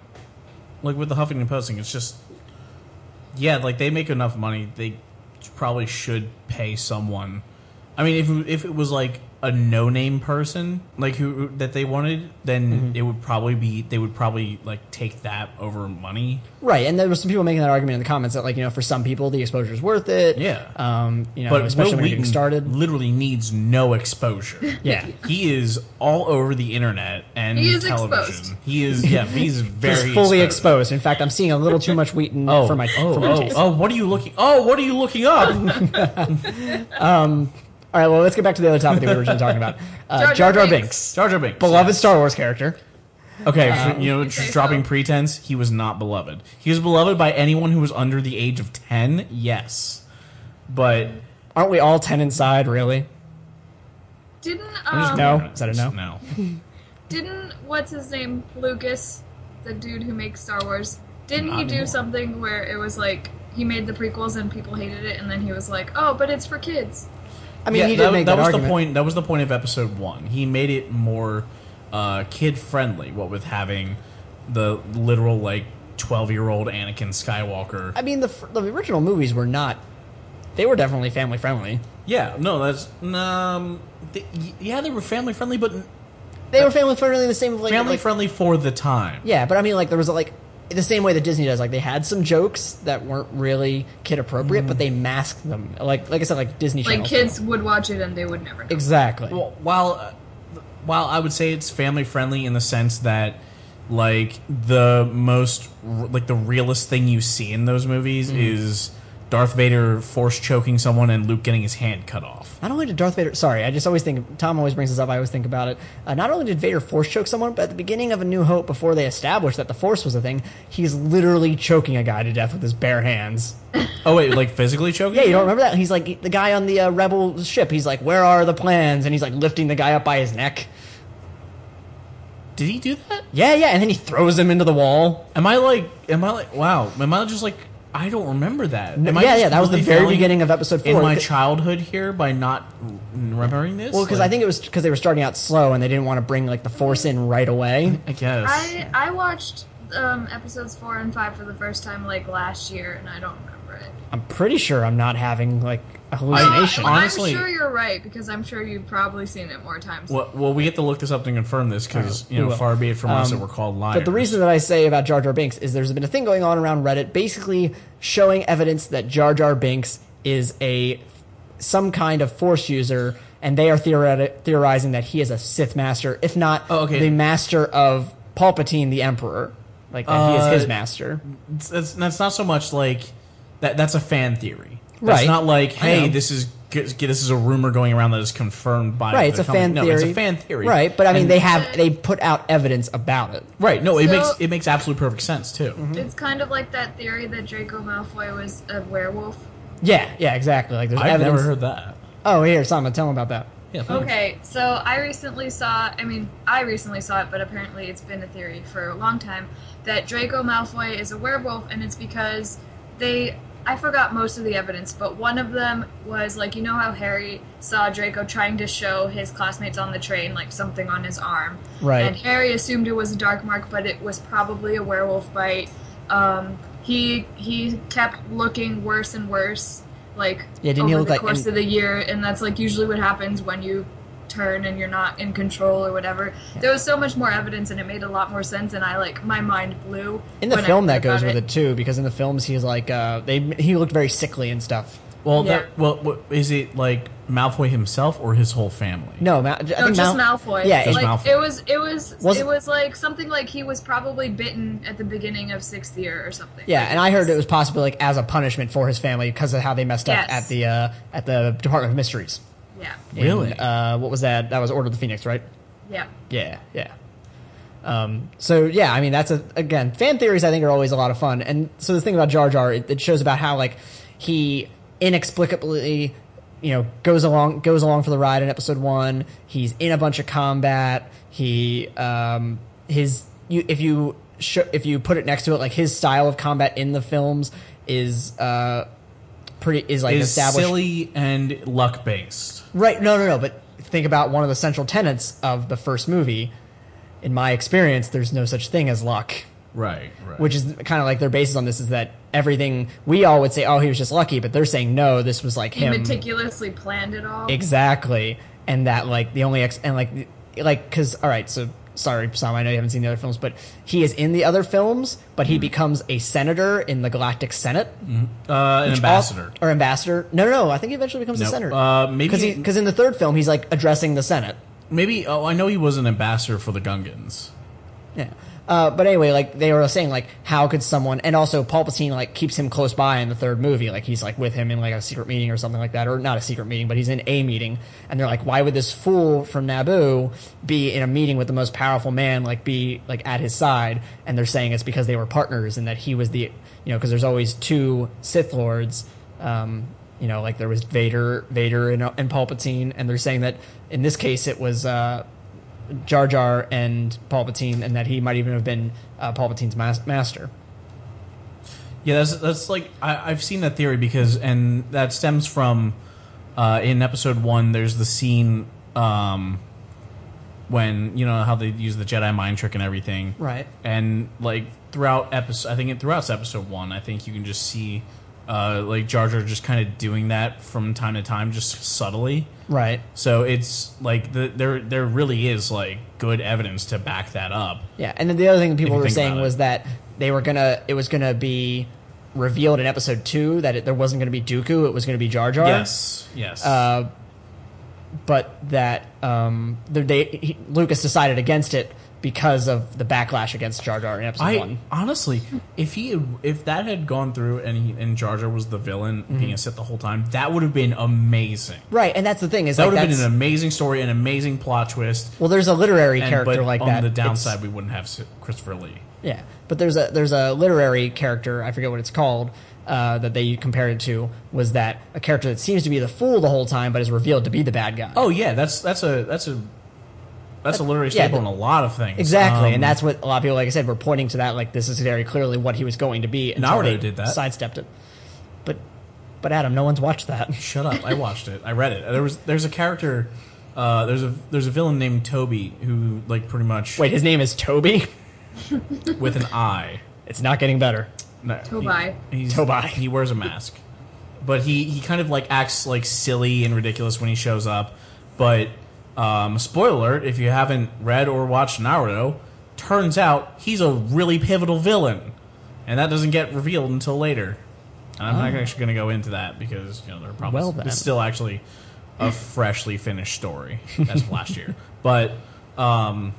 [SPEAKER 2] like with the Huffington Posting, it's just yeah, like they make enough money, they probably should pay someone. I mean, if if it was like a no-name person, like who that they wanted, then
[SPEAKER 1] Mm-hmm.
[SPEAKER 2] it would probably be they would probably like take that over money.
[SPEAKER 1] right, and there were some people making that argument in the comments that like you know for some people the exposure is worth it.
[SPEAKER 2] Yeah.
[SPEAKER 1] Um, you know,
[SPEAKER 2] But
[SPEAKER 1] especially
[SPEAKER 2] Will
[SPEAKER 1] when you're
[SPEAKER 2] Wheaton
[SPEAKER 1] getting started.
[SPEAKER 2] literally needs no exposure.
[SPEAKER 1] Yeah.
[SPEAKER 2] He is all over the internet and
[SPEAKER 3] He is
[SPEAKER 2] television.
[SPEAKER 3] exposed.
[SPEAKER 2] He is yeah, he's very
[SPEAKER 1] He's fully exposed. In fact, I'm seeing a little too much Wheaton
[SPEAKER 2] Oh,
[SPEAKER 1] for my
[SPEAKER 2] oh,
[SPEAKER 1] for my
[SPEAKER 2] oh,
[SPEAKER 1] taste.
[SPEAKER 2] oh, what are you looking? Oh, what are you looking up?
[SPEAKER 1] All right, well, let's get back to the other topic that we were originally talking about. Uh, Jar Jar Binks, Um,
[SPEAKER 2] Jar Jar Binks,
[SPEAKER 1] beloved Star Wars character.
[SPEAKER 2] Yeah. Okay, for- you know,
[SPEAKER 3] Okay,
[SPEAKER 2] just
[SPEAKER 3] so-
[SPEAKER 2] dropping pretense. He was not beloved. He was beloved by anyone who was under the age of ten. Yes, but
[SPEAKER 1] Aren't we all ten inside? Really?
[SPEAKER 3] Didn't
[SPEAKER 2] I'm just
[SPEAKER 3] um,
[SPEAKER 1] No. Is that a no?
[SPEAKER 2] No.
[SPEAKER 3] didn't what's his name Lucas, the dude who makes Star Wars, didn't he
[SPEAKER 2] Not
[SPEAKER 3] do
[SPEAKER 2] anymore.
[SPEAKER 3] something where it was like he made the prequels and people hated it, and then he was like, oh, but it's for kids.
[SPEAKER 1] I mean,
[SPEAKER 2] Yeah,
[SPEAKER 1] he did
[SPEAKER 2] that,
[SPEAKER 1] make
[SPEAKER 2] that
[SPEAKER 1] that,
[SPEAKER 2] was
[SPEAKER 1] argument.
[SPEAKER 2] the point. That was the point of episode one. He made it more uh, kid friendly. What with having the literal like twelve year old Anakin Skywalker.
[SPEAKER 1] I mean, the fir- the original movies were not. They were definitely family friendly.
[SPEAKER 2] yeah, no, that's um, th- y- yeah, they were family friendly, but
[SPEAKER 1] They were family friendly in the same like,
[SPEAKER 2] family
[SPEAKER 1] like-
[SPEAKER 2] friendly for the time.
[SPEAKER 1] Yeah, but I mean, like there was like the same way that Disney does. Like they had some jokes that weren't really kid appropriate, but they masked them. Like like I said, like Disney
[SPEAKER 3] Like
[SPEAKER 1] Channel
[SPEAKER 3] kids
[SPEAKER 1] style.
[SPEAKER 3] would watch it and they would never know.
[SPEAKER 1] Exactly.
[SPEAKER 2] Well, while uh, while I would say it's family friendly in the sense that like the most r- like the realest thing you see in those movies
[SPEAKER 1] Mm.
[SPEAKER 2] is Darth Vader force choking someone and Luke getting his hand cut off.
[SPEAKER 1] not only did Darth Vader, sorry, I just always think Tom always brings this up. I always think about it. Uh, not only did Vader force choke someone, but at the beginning of A New Hope, before they established that the Force was a thing, he's literally choking a guy to death with his bare hands.
[SPEAKER 2] Oh wait, like physically choking?
[SPEAKER 1] Yeah, you don't remember that? He's like the guy on the uh, rebel ship. He's like, "Where are the plans?" And he's like lifting the guy up by his neck.
[SPEAKER 2] Did he do that?
[SPEAKER 1] Yeah, yeah, and then he throws him into the wall.
[SPEAKER 2] Am I like am I like wow, am I just like I don't remember that. Am I
[SPEAKER 1] yeah,
[SPEAKER 2] just
[SPEAKER 1] yeah, that was the
[SPEAKER 2] really
[SPEAKER 1] very
[SPEAKER 2] failing
[SPEAKER 1] beginning of episode
[SPEAKER 2] In
[SPEAKER 1] four.
[SPEAKER 2] my
[SPEAKER 1] Th-
[SPEAKER 2] childhood here by not remembering this?
[SPEAKER 1] Well, because I
[SPEAKER 2] Like,
[SPEAKER 1] think it was because they were starting out slow and they didn't want to bring like the force in right away.
[SPEAKER 2] I guess.
[SPEAKER 3] I I watched um, episodes four and five for the first time like last year, and I don't remember it.
[SPEAKER 1] I'm pretty sure I'm not having like a hallucination.
[SPEAKER 3] No, I'm
[SPEAKER 2] Honestly-
[SPEAKER 3] sure you're right because I'm sure you've probably seen it more times.
[SPEAKER 2] Well, well, we have to look this up to confirm this because you
[SPEAKER 1] we
[SPEAKER 2] know,
[SPEAKER 1] will.
[SPEAKER 2] far be it from us
[SPEAKER 1] Um,
[SPEAKER 2] that we're called liars.
[SPEAKER 1] But the reason that I say about Jar Jar Binks is there's been a thing going on around Reddit basically showing evidence that Jar Jar Binks is a some kind of force user and they are theoreti- theorizing that he is a Sith master, if not
[SPEAKER 2] Oh, okay.
[SPEAKER 1] the master of Palpatine the Emperor. Like that he is his
[SPEAKER 2] Uh,
[SPEAKER 1] master.
[SPEAKER 2] It's- that's, that's not so much like that. That's a fan theory. That's
[SPEAKER 1] Right.
[SPEAKER 2] not like,
[SPEAKER 1] I know.
[SPEAKER 2] hey, this is g- g- this is a rumor going around that is confirmed by
[SPEAKER 1] Right,
[SPEAKER 2] the
[SPEAKER 1] it's a
[SPEAKER 2] company.
[SPEAKER 1] fan
[SPEAKER 2] no,
[SPEAKER 1] theory.
[SPEAKER 2] It's a fan theory,
[SPEAKER 1] Right, but I mean
[SPEAKER 2] And-
[SPEAKER 1] they have they put out evidence about it.
[SPEAKER 2] right. No, it
[SPEAKER 3] So-
[SPEAKER 2] makes it makes absolute perfect sense too.
[SPEAKER 1] Mm-hmm.
[SPEAKER 3] it's kind of like that theory that Draco Malfoy was a werewolf.
[SPEAKER 1] Yeah, yeah, exactly. Like there's
[SPEAKER 2] I've
[SPEAKER 1] evidence.
[SPEAKER 2] never heard that.
[SPEAKER 1] Oh, here, Sama, tell them about that.
[SPEAKER 2] Yeah, thanks.
[SPEAKER 3] Okay, so I recently saw, I mean, I recently saw it, but apparently it's been a theory for a long time that Draco Malfoy is a werewolf, and it's because they, I forgot most of the evidence, but one of them was like, you know how Harry saw Draco trying to show his classmates on the train, like something on his arm?
[SPEAKER 1] Right.
[SPEAKER 3] And Harry assumed it was a dark mark, but it was probably a werewolf bite. Um, he he kept looking worse and worse, like
[SPEAKER 1] Yeah, didn't
[SPEAKER 3] over
[SPEAKER 1] he look
[SPEAKER 3] the
[SPEAKER 1] like-
[SPEAKER 3] course
[SPEAKER 1] and-
[SPEAKER 3] of the year, and that's like usually what happens when you turn and you're not in control or whatever. There was so much more evidence, and it made a lot more sense, and I like my mind blew.
[SPEAKER 1] In the
[SPEAKER 3] when I
[SPEAKER 1] film, that
[SPEAKER 3] heard
[SPEAKER 1] goes
[SPEAKER 3] about
[SPEAKER 1] with it too, because in the films he's like uh, they he looked very sickly and stuff.
[SPEAKER 2] Well,
[SPEAKER 3] Yeah.
[SPEAKER 2] that, well, what, is it like Malfoy himself or his whole family?
[SPEAKER 1] No, Ma- I think
[SPEAKER 3] No, just
[SPEAKER 1] Mal-
[SPEAKER 3] Malfoy.
[SPEAKER 1] Yeah,
[SPEAKER 2] Just
[SPEAKER 1] it-
[SPEAKER 3] like
[SPEAKER 2] Malfoy.
[SPEAKER 3] it was, it was,
[SPEAKER 1] Was-
[SPEAKER 3] it was like something like he was probably bitten at the beginning of sixth year or something.
[SPEAKER 1] yeah. And I heard it was possibly like as a punishment for his family because of how they messed up
[SPEAKER 3] Yes.
[SPEAKER 1] at the uh, at the Department of Mysteries.
[SPEAKER 3] yeah,
[SPEAKER 1] in,
[SPEAKER 2] Really?
[SPEAKER 1] uh, what was that? That was Order of the Phoenix, right?
[SPEAKER 3] yeah.
[SPEAKER 1] Yeah, yeah. Um, so yeah, I mean that's a again fan theories I think are always a lot of fun. And so the thing about Jar Jar, it, it shows about how like he inexplicably, you know, goes along goes along for the ride in Episode One. He's in a bunch of combat. He um, his you if you sh- if you put it next to it, like his style of combat in the films is uh, pretty is like
[SPEAKER 2] is
[SPEAKER 1] established
[SPEAKER 2] silly and luck based.
[SPEAKER 1] Right. No, no, no. But think about one of the central tenets of the first movie. In my experience, there's no such thing as luck,
[SPEAKER 2] Right, right.
[SPEAKER 1] which is kind of like their basis on this is that everything we all would say, oh, he was just lucky, but they're saying no, this was like
[SPEAKER 3] He
[SPEAKER 1] him.
[SPEAKER 3] meticulously planned it all.
[SPEAKER 1] Exactly, and that like the only ex and like the- like because all right, so sorry, Sam, I know you haven't seen the other films, but he is in the other films, but
[SPEAKER 2] Mm-hmm.
[SPEAKER 1] he becomes a senator in the Galactic Senate,
[SPEAKER 2] uh, an ambassador.
[SPEAKER 1] or ambassador. No, no, no, I think he eventually becomes a
[SPEAKER 2] Nope.
[SPEAKER 1] senator.
[SPEAKER 2] Uh, maybe-
[SPEAKER 1] because in the third film he's like addressing the Senate.
[SPEAKER 2] Maybe. Oh, I know he was an ambassador for the Gungans.
[SPEAKER 1] Yeah. Uh, but anyway, like they were saying, like how could someone? And also, Palpatine like keeps him close by in the third movie. Like he's like with him in like a secret meeting or something like that, or not a secret meeting, but he's in a meeting. And they're like, why would this fool from Naboo be in a meeting with the most powerful man? Like be like at his side. And they're saying it's because they were partners and that he was the you know because there's always two Sith lords. Um, you know, like there was Vader, Vader and, and Palpatine, and they're saying that in this case it was. Uh, Jar Jar and Palpatine, and that he might even have been uh, Palpatine's mas- master.
[SPEAKER 2] Yeah, that's that's like I, I've seen that theory because, and that stems from uh, in episode one. There's the scene um, when you know how they use the Jedi mind trick and everything,
[SPEAKER 1] Right.
[SPEAKER 2] And like throughout episode, I think it, throughout episode one, I think you can just see uh, like Jar Jar just kind of doing that from time to time, just subtly.
[SPEAKER 1] Right.
[SPEAKER 2] So it's like the, there there really is like good evidence to back that up.
[SPEAKER 1] Yeah. And then the other thing that people
[SPEAKER 2] you
[SPEAKER 1] were
[SPEAKER 2] think
[SPEAKER 1] saying
[SPEAKER 2] about it.
[SPEAKER 1] was that they were gonna, it was gonna be revealed in Episode Two that it, there wasn't gonna be Dooku, it was gonna be Jar Jar.
[SPEAKER 2] Yes. Yes.
[SPEAKER 1] Uh, but that um, the, they he, Lucas decided against it because of the backlash against Jar Jar in Episode
[SPEAKER 2] I
[SPEAKER 1] One.
[SPEAKER 2] honestly, if he if that had gone through and he, and Jar Jar was the villain being a Sith the whole time, that would have been amazing.
[SPEAKER 1] Right. And that's the thing is
[SPEAKER 2] That
[SPEAKER 1] like,
[SPEAKER 2] would have been
[SPEAKER 1] that's-
[SPEAKER 2] an amazing story, an amazing plot twist.
[SPEAKER 1] well, there's a literary
[SPEAKER 2] And,
[SPEAKER 1] character
[SPEAKER 2] but
[SPEAKER 1] like
[SPEAKER 2] on
[SPEAKER 1] that.
[SPEAKER 2] the
[SPEAKER 1] It's-
[SPEAKER 2] downside, we wouldn't have Si- Christopher Lee.
[SPEAKER 1] Yeah, but there's a there's a literary character I forget what it's called uh, that they compared it to was that a character that seems to be the fool the whole time but is revealed to be the bad guy.
[SPEAKER 2] Oh yeah, that's that's a that's a that's a literary
[SPEAKER 1] yeah,
[SPEAKER 2] staple
[SPEAKER 1] the-
[SPEAKER 2] in a lot of things.
[SPEAKER 1] exactly,
[SPEAKER 2] Um,
[SPEAKER 1] and that's what a lot of people, like I said, were pointing to that. Like this is very clearly what he was going to be. until
[SPEAKER 2] Naruto
[SPEAKER 1] they
[SPEAKER 2] did that.
[SPEAKER 1] sidestepped it. But but Adam, no one's watched that.
[SPEAKER 2] Shut up! I watched it. I read it. There was there's a character. Uh, there's a there's a villain named Toby who like pretty much
[SPEAKER 1] Wait, his name is Toby.
[SPEAKER 2] with an eye.
[SPEAKER 1] It's not getting better.
[SPEAKER 2] No,
[SPEAKER 3] Tobai.
[SPEAKER 2] He, he's-
[SPEAKER 1] Tobai.
[SPEAKER 2] He wears a mask, but he he kind of like acts like silly and ridiculous when he shows up. But um, spoiler alert: if you haven't read or watched Naruto, turns out he's a really pivotal villain, and that doesn't get revealed until later. And I'm not actually going to go into that because you know there are probably
[SPEAKER 1] Oh. Well, then.
[SPEAKER 2] it's still actually a freshly finished story as of last year, but. Um,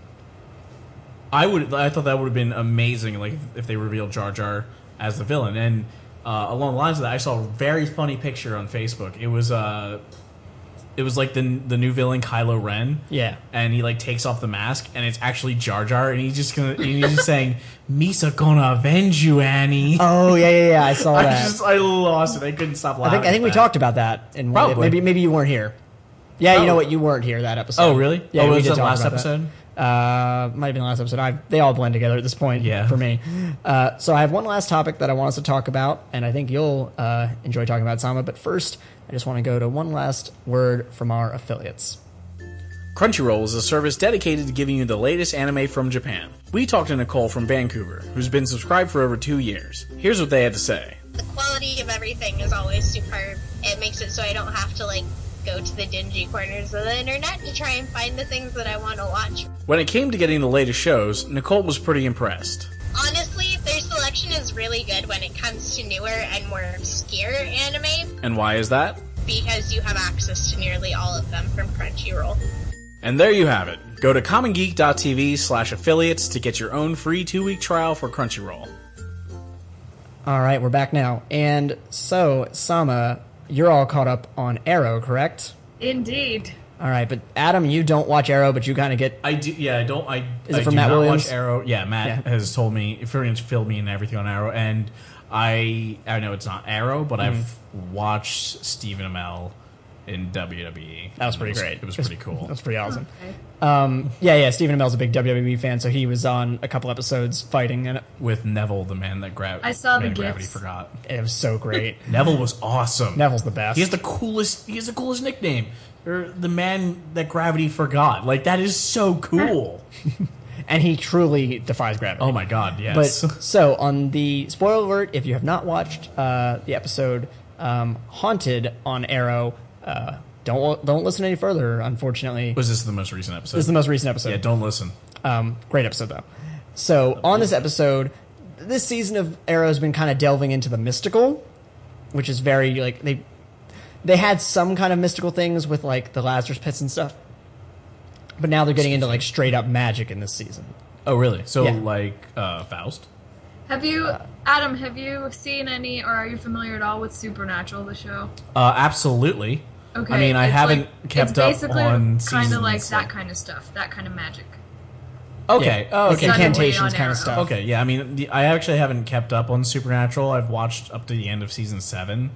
[SPEAKER 2] I would. I thought that would have been amazing. Like if they revealed Jar Jar as the villain, and uh, along the lines of that, I saw a very funny picture on Facebook. It was uh, it was like the the new villain Kylo Ren.
[SPEAKER 1] Yeah.
[SPEAKER 2] and he like takes off the mask, and it's actually Jar Jar, and he's just gonna and he's just saying, "Misa gonna avenge you, Annie."
[SPEAKER 1] Oh yeah yeah yeah, I saw
[SPEAKER 2] I
[SPEAKER 1] that.
[SPEAKER 2] just I lost it. I couldn't stop
[SPEAKER 1] I
[SPEAKER 2] laughing.
[SPEAKER 1] think I think we
[SPEAKER 2] at that.
[SPEAKER 1] talked about that. And
[SPEAKER 2] Probably.
[SPEAKER 1] maybe maybe you weren't here. Yeah, you know
[SPEAKER 2] Probably.
[SPEAKER 1] what? You weren't here that episode.
[SPEAKER 2] Oh really?
[SPEAKER 1] Yeah,
[SPEAKER 2] oh,
[SPEAKER 1] we
[SPEAKER 2] was
[SPEAKER 1] did
[SPEAKER 2] that
[SPEAKER 1] talk
[SPEAKER 2] last
[SPEAKER 1] about that.
[SPEAKER 2] episode?
[SPEAKER 1] Uh, might have been the last episode. I they all blend together at this point.
[SPEAKER 2] Yeah.
[SPEAKER 1] For me, uh, so I have one last topic that I want us to talk about, and I think you'll uh, enjoy talking about Sama. But first, I just want to go to one last word from our affiliates.
[SPEAKER 2] Crunchyroll is a service dedicated to giving you the latest anime from Japan. We talked to Nicole from Vancouver, who's been subscribed for over two years. Here's what they had to say.
[SPEAKER 4] the quality of everything is always superb. It makes it so I don't have to like go to the dingy corners of the internet to try and find the things that I want to watch.
[SPEAKER 2] When it came to getting the latest shows, Nicole was pretty impressed.
[SPEAKER 4] Honestly, their selection is really good when it comes to newer and more obscure anime
[SPEAKER 2] And why is that?
[SPEAKER 4] because you have access to nearly all of them from Crunchyroll.
[SPEAKER 2] And there you have it. Go to commongeek.tv slash affiliates to get your own free two-week trial for Crunchyroll.
[SPEAKER 1] All right, we're back now, and so Sama, you're all caught up on Arrow, correct?
[SPEAKER 3] Indeed.
[SPEAKER 1] All right, but Adam, you don't watch Arrow, but you kind of get.
[SPEAKER 2] I do. Yeah, I don't. I
[SPEAKER 1] Is it
[SPEAKER 2] I
[SPEAKER 1] from
[SPEAKER 2] do
[SPEAKER 1] Matt
[SPEAKER 2] not
[SPEAKER 1] Williams?
[SPEAKER 2] Watch Arrow. Yeah, Matt
[SPEAKER 1] Yeah.
[SPEAKER 2] has told me. Furian's filled me in everything on Arrow, and I I know it's not Arrow, but I've
[SPEAKER 1] Mm-hmm.
[SPEAKER 2] watched Stephen Amell in WWE.
[SPEAKER 1] That was
[SPEAKER 2] And
[SPEAKER 1] pretty
[SPEAKER 2] it
[SPEAKER 1] great.
[SPEAKER 2] It was pretty cool.
[SPEAKER 1] That was pretty awesome.
[SPEAKER 3] Okay.
[SPEAKER 1] Um, yeah, yeah. Stephen Amell's a big WWE fan, so he was on a couple episodes fighting, and it,
[SPEAKER 2] With Neville, the man that grabbed.
[SPEAKER 3] I saw the
[SPEAKER 2] gravity
[SPEAKER 3] gifs.
[SPEAKER 2] forgot.
[SPEAKER 1] it was so great.
[SPEAKER 2] Neville was awesome.
[SPEAKER 1] Neville's the best.
[SPEAKER 2] He has the coolest. He has the coolest nickname. Or the man that gravity forgot. Like that is so cool.
[SPEAKER 1] and he truly defies gravity.
[SPEAKER 2] oh my god!
[SPEAKER 1] But
[SPEAKER 2] Yes.
[SPEAKER 1] so on the spoiler alert, if you have not watched uh, the episode um, "Haunted" on Arrow, uh, don't don't listen any further. Unfortunately,
[SPEAKER 2] was this the most recent episode?
[SPEAKER 1] this is the most recent episode.
[SPEAKER 2] yeah. Don't listen.
[SPEAKER 1] Um, great episode though. So on this episode, this season of Arrow has been kind of delving into the mystical, which is very like they they had some kind of mystical things with like the Lazarus pits and stuff, but now they're getting into like straight up magic in this season.
[SPEAKER 2] Oh really? So
[SPEAKER 1] Yeah.
[SPEAKER 2] like uh, Faust.
[SPEAKER 3] Have you,
[SPEAKER 1] Uh,
[SPEAKER 3] Adam? Have you seen any, or are you familiar at all with Supernatural, the show?
[SPEAKER 2] Uh, absolutely.
[SPEAKER 3] Okay.
[SPEAKER 2] I mean, I
[SPEAKER 3] it's
[SPEAKER 2] haven't
[SPEAKER 3] like,
[SPEAKER 2] kept
[SPEAKER 3] it's
[SPEAKER 2] up
[SPEAKER 3] basically
[SPEAKER 2] on
[SPEAKER 3] kind of like
[SPEAKER 2] seasons,
[SPEAKER 3] that kind of stuff, that kind of magic.
[SPEAKER 2] Okay.
[SPEAKER 1] Yeah.
[SPEAKER 2] Oh,
[SPEAKER 1] It's
[SPEAKER 2] okay.
[SPEAKER 3] not
[SPEAKER 2] Can't-
[SPEAKER 1] incantations
[SPEAKER 3] on
[SPEAKER 1] kind
[SPEAKER 3] Arrow.
[SPEAKER 1] of stuff.
[SPEAKER 2] Okay. Yeah. I mean, the, I actually haven't kept up on Supernatural. I've watched up to the end of season seven.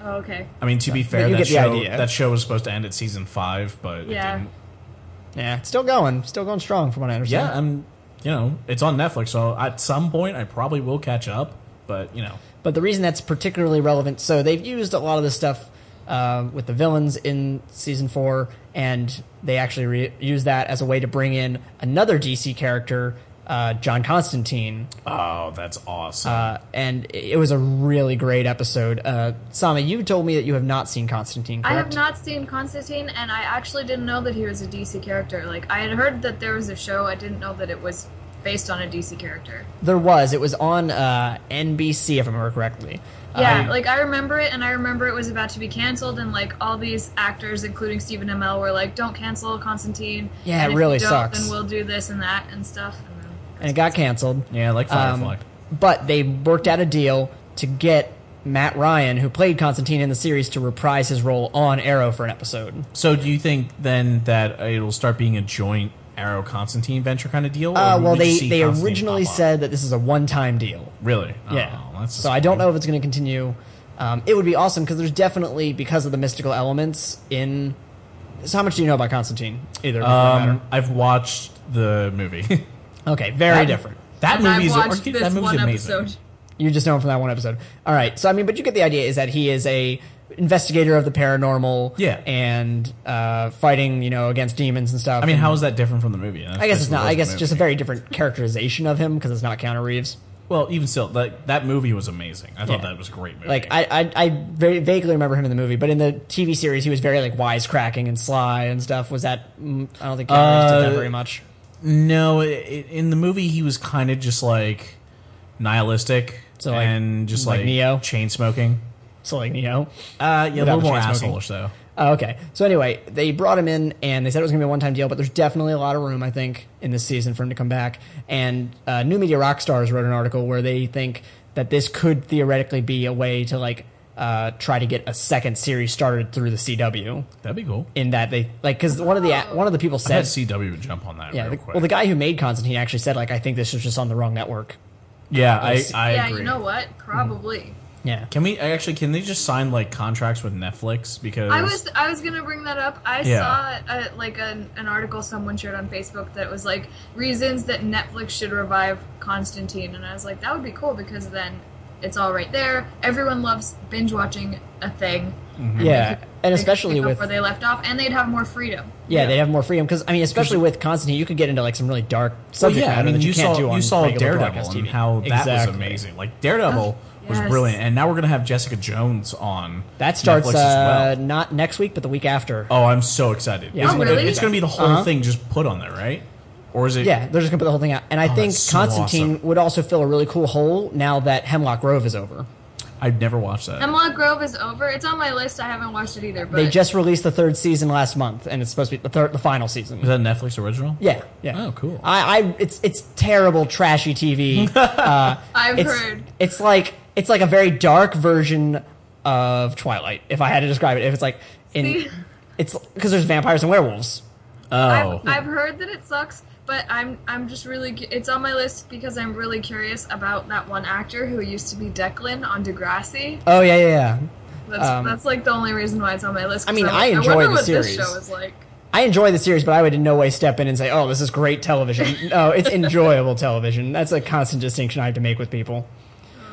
[SPEAKER 3] Oh, okay.
[SPEAKER 2] I mean, to be fair,
[SPEAKER 1] you
[SPEAKER 2] that
[SPEAKER 1] get the
[SPEAKER 2] show
[SPEAKER 1] idea.
[SPEAKER 2] that show was supposed to end at season five, but
[SPEAKER 3] Yeah.
[SPEAKER 2] it didn't.
[SPEAKER 1] Yeah, it's still going, still going strong from what I understand.
[SPEAKER 2] Yeah. I'm. You know, it's on Netflix, so at some point I probably will catch up. But you know,
[SPEAKER 1] But the reason that's particularly relevant, so they've used a lot of this stuff uh, with the villains in season four, and they actually re- use that as a way to bring in another DC character, uh, John Constantine,
[SPEAKER 2] oh, that's awesome.
[SPEAKER 1] uh, and it it was a really great episode. Uh, Sama, you told me that you have not seen Constantine,
[SPEAKER 3] I
[SPEAKER 1] correct?
[SPEAKER 3] have not seen Constantine, and I actually didn't know that he was a DC character. Like, I had heard that there was a show, I didn't know that it was based on a DC character.
[SPEAKER 1] There was. It was on uh, NBC, if I remember correctly.
[SPEAKER 3] Yeah,
[SPEAKER 1] Um,
[SPEAKER 3] like I remember it, and I remember it was about to be canceled, and like all these actors, including Stephen Amell, were like, "Don't cancel Constantine."
[SPEAKER 1] Yeah,
[SPEAKER 3] and
[SPEAKER 1] it
[SPEAKER 3] if
[SPEAKER 1] really
[SPEAKER 3] you don't,
[SPEAKER 1] sucks.
[SPEAKER 3] Then we'll do this and that and stuff. And then
[SPEAKER 1] and it got canceled.
[SPEAKER 2] yeah, like
[SPEAKER 1] Um,
[SPEAKER 2] Firefly.
[SPEAKER 1] but they worked out a deal to get Matt Ryan, who played Constantine in the series, to reprise his role on Arrow for an episode.
[SPEAKER 2] so, do you think then that it'll start being a joint Arrow Constantine venture kind of deal? or
[SPEAKER 1] Uh,
[SPEAKER 2] will
[SPEAKER 1] well,
[SPEAKER 2] we just
[SPEAKER 1] they,
[SPEAKER 2] see
[SPEAKER 1] they
[SPEAKER 2] Constantine
[SPEAKER 1] originally
[SPEAKER 2] pop up?
[SPEAKER 1] said that this is a one time deal.
[SPEAKER 2] really.
[SPEAKER 1] Yeah.
[SPEAKER 2] Oh, that's
[SPEAKER 1] so I don't know if it's going to continue. Um, it would be awesome because there's definitely, because of the mystical elements in. So, how much do you know about Constantine? Either. doesn't
[SPEAKER 2] Um,
[SPEAKER 1] matter.
[SPEAKER 2] I've watched the movie.
[SPEAKER 1] Okay, very
[SPEAKER 2] That-
[SPEAKER 1] different.
[SPEAKER 2] That
[SPEAKER 3] and
[SPEAKER 2] movie's
[SPEAKER 3] I've watched
[SPEAKER 2] that
[SPEAKER 3] this
[SPEAKER 2] movie's
[SPEAKER 3] one
[SPEAKER 2] amazing.
[SPEAKER 3] episode.
[SPEAKER 1] You just know him from that one episode. All right. So I mean, but you get the idea is that he is a investigator of the paranormal.
[SPEAKER 2] Yeah.
[SPEAKER 1] And uh, fighting, you know, against demons and stuff.
[SPEAKER 2] I mean,
[SPEAKER 1] And
[SPEAKER 2] how is that different from the movie? That's
[SPEAKER 1] I guess it's
[SPEAKER 2] basically
[SPEAKER 1] not.
[SPEAKER 2] the
[SPEAKER 1] I guess
[SPEAKER 2] movie.
[SPEAKER 1] it's just a very different characterization of him because it's not Keanu Reeves.
[SPEAKER 2] well, even still, like that movie was amazing. I thought
[SPEAKER 1] Yeah.
[SPEAKER 2] that was a great movie.
[SPEAKER 1] Like I, I, I very vaguely remember him in the movie, but in the TV series, he was very like wisecracking and sly and stuff. Was that? mm, I don't think Keanu Reeves did that
[SPEAKER 2] Uh,
[SPEAKER 1] very much.
[SPEAKER 2] no, i i in the movie he was kind of just like nihilistic
[SPEAKER 1] So, like-
[SPEAKER 2] and just
[SPEAKER 1] like
[SPEAKER 2] like,
[SPEAKER 1] Neo?
[SPEAKER 2] chain smoking.
[SPEAKER 1] So like you know,
[SPEAKER 2] Uh,
[SPEAKER 1] Without
[SPEAKER 2] yeah, a little
[SPEAKER 1] the
[SPEAKER 2] more
[SPEAKER 1] chain smoking.
[SPEAKER 2] asshole though.
[SPEAKER 1] Oh, okay. So anyway, they brought him in, and they said it was going to be a one-time deal, but there's definitely a lot of room, I think, in this season for him to come back. And uh, New Media Rockstars wrote an article where they think that this could theoretically be a way to like uh, try to get a second series started through the CW.
[SPEAKER 2] That'd be cool.
[SPEAKER 1] In that they like because one of the one of the people
[SPEAKER 2] I had
[SPEAKER 1] said,
[SPEAKER 2] CW would jump on that
[SPEAKER 1] yeah,
[SPEAKER 2] real
[SPEAKER 1] the-
[SPEAKER 2] quick.
[SPEAKER 1] well, the guy who made Constantine actually said like I think this was just on the wrong network.
[SPEAKER 2] yeah, I, I
[SPEAKER 3] yeah,
[SPEAKER 2] agree. Mm.
[SPEAKER 3] you know what? Probably.
[SPEAKER 1] Yeah,
[SPEAKER 2] Can we actually? Can they just sign like contracts with Netflix? Because
[SPEAKER 3] I was I was gonna bring that up. I
[SPEAKER 2] Yeah.
[SPEAKER 3] saw uh like an, an article someone shared on Facebook that was like reasons that Netflix should revive Constantine, and I was like, that would be cool because then it's all right there. Everyone loves binge watching a thing,
[SPEAKER 2] Mm-hmm.
[SPEAKER 1] yeah, and
[SPEAKER 3] They could
[SPEAKER 1] especially
[SPEAKER 3] pick up
[SPEAKER 1] with
[SPEAKER 3] where they left off, and they'd have more freedom.
[SPEAKER 1] yeah,
[SPEAKER 2] Yeah.
[SPEAKER 1] they'd have more freedom because I mean, especially with Constantine, you could get into like some really dark
[SPEAKER 2] Well,
[SPEAKER 1] subject matter that you, can't
[SPEAKER 2] saw,
[SPEAKER 1] do on
[SPEAKER 2] you saw
[SPEAKER 1] regular
[SPEAKER 2] Daredevil
[SPEAKER 1] broadcast
[SPEAKER 2] and
[SPEAKER 1] TV.
[SPEAKER 2] how that
[SPEAKER 1] Exactly.
[SPEAKER 2] was amazing. Like Daredevil
[SPEAKER 3] Oh,
[SPEAKER 2] was
[SPEAKER 3] yes.
[SPEAKER 2] brilliant, and now we're gonna have Jessica Jones on
[SPEAKER 1] That starts
[SPEAKER 2] Netflix as
[SPEAKER 1] uh,
[SPEAKER 2] well.
[SPEAKER 1] not next week, but the week after.
[SPEAKER 2] Oh, I'm so excited!
[SPEAKER 1] Yeah.
[SPEAKER 2] It's-
[SPEAKER 3] Oh, really?
[SPEAKER 2] It's gonna be the whole
[SPEAKER 1] Uh-huh.
[SPEAKER 2] thing just put on there, right? Or is it?
[SPEAKER 1] Yeah, they're just gonna put the whole thing out, and I think
[SPEAKER 2] Oh, that's so
[SPEAKER 1] Constantine
[SPEAKER 2] awesome.
[SPEAKER 1] would also fill a really cool hole now that Hemlock Grove is over.
[SPEAKER 2] I've never watched that.
[SPEAKER 3] Hemlock Grove is over. It's on my list. I haven't watched it either. But
[SPEAKER 1] They just released the third season last month, and it's supposed to be the third, the final season.
[SPEAKER 2] Is that a Netflix original?
[SPEAKER 1] yeah, yeah.
[SPEAKER 2] Oh, cool.
[SPEAKER 1] I, I, it's it's terrible, trashy TV.
[SPEAKER 3] I've
[SPEAKER 1] it's,
[SPEAKER 3] heard.
[SPEAKER 1] it's like it's like a very dark version of Twilight. If I had to describe it, if it's like in
[SPEAKER 3] See?
[SPEAKER 1] It's because there's vampires and werewolves.
[SPEAKER 2] Oh,
[SPEAKER 3] I've, I've heard that it sucks, but I'm I'm just really cu- it's on my list because I'm really curious about that one actor who used to be Declan on Degrassi.
[SPEAKER 1] Oh yeah, yeah, yeah.
[SPEAKER 3] That's
[SPEAKER 1] Um,
[SPEAKER 3] that's like the only reason why it's on my list.
[SPEAKER 1] I
[SPEAKER 3] 'cause
[SPEAKER 1] mean,
[SPEAKER 3] I'm
[SPEAKER 1] I
[SPEAKER 3] like,
[SPEAKER 1] enjoy
[SPEAKER 3] wonder
[SPEAKER 1] the
[SPEAKER 3] what
[SPEAKER 1] series.
[SPEAKER 3] This show is like.
[SPEAKER 1] I enjoy the series, but I would in no way step in and say, "Oh, this is great television." no, it's enjoyable television. That's a constant distinction I have to make with people.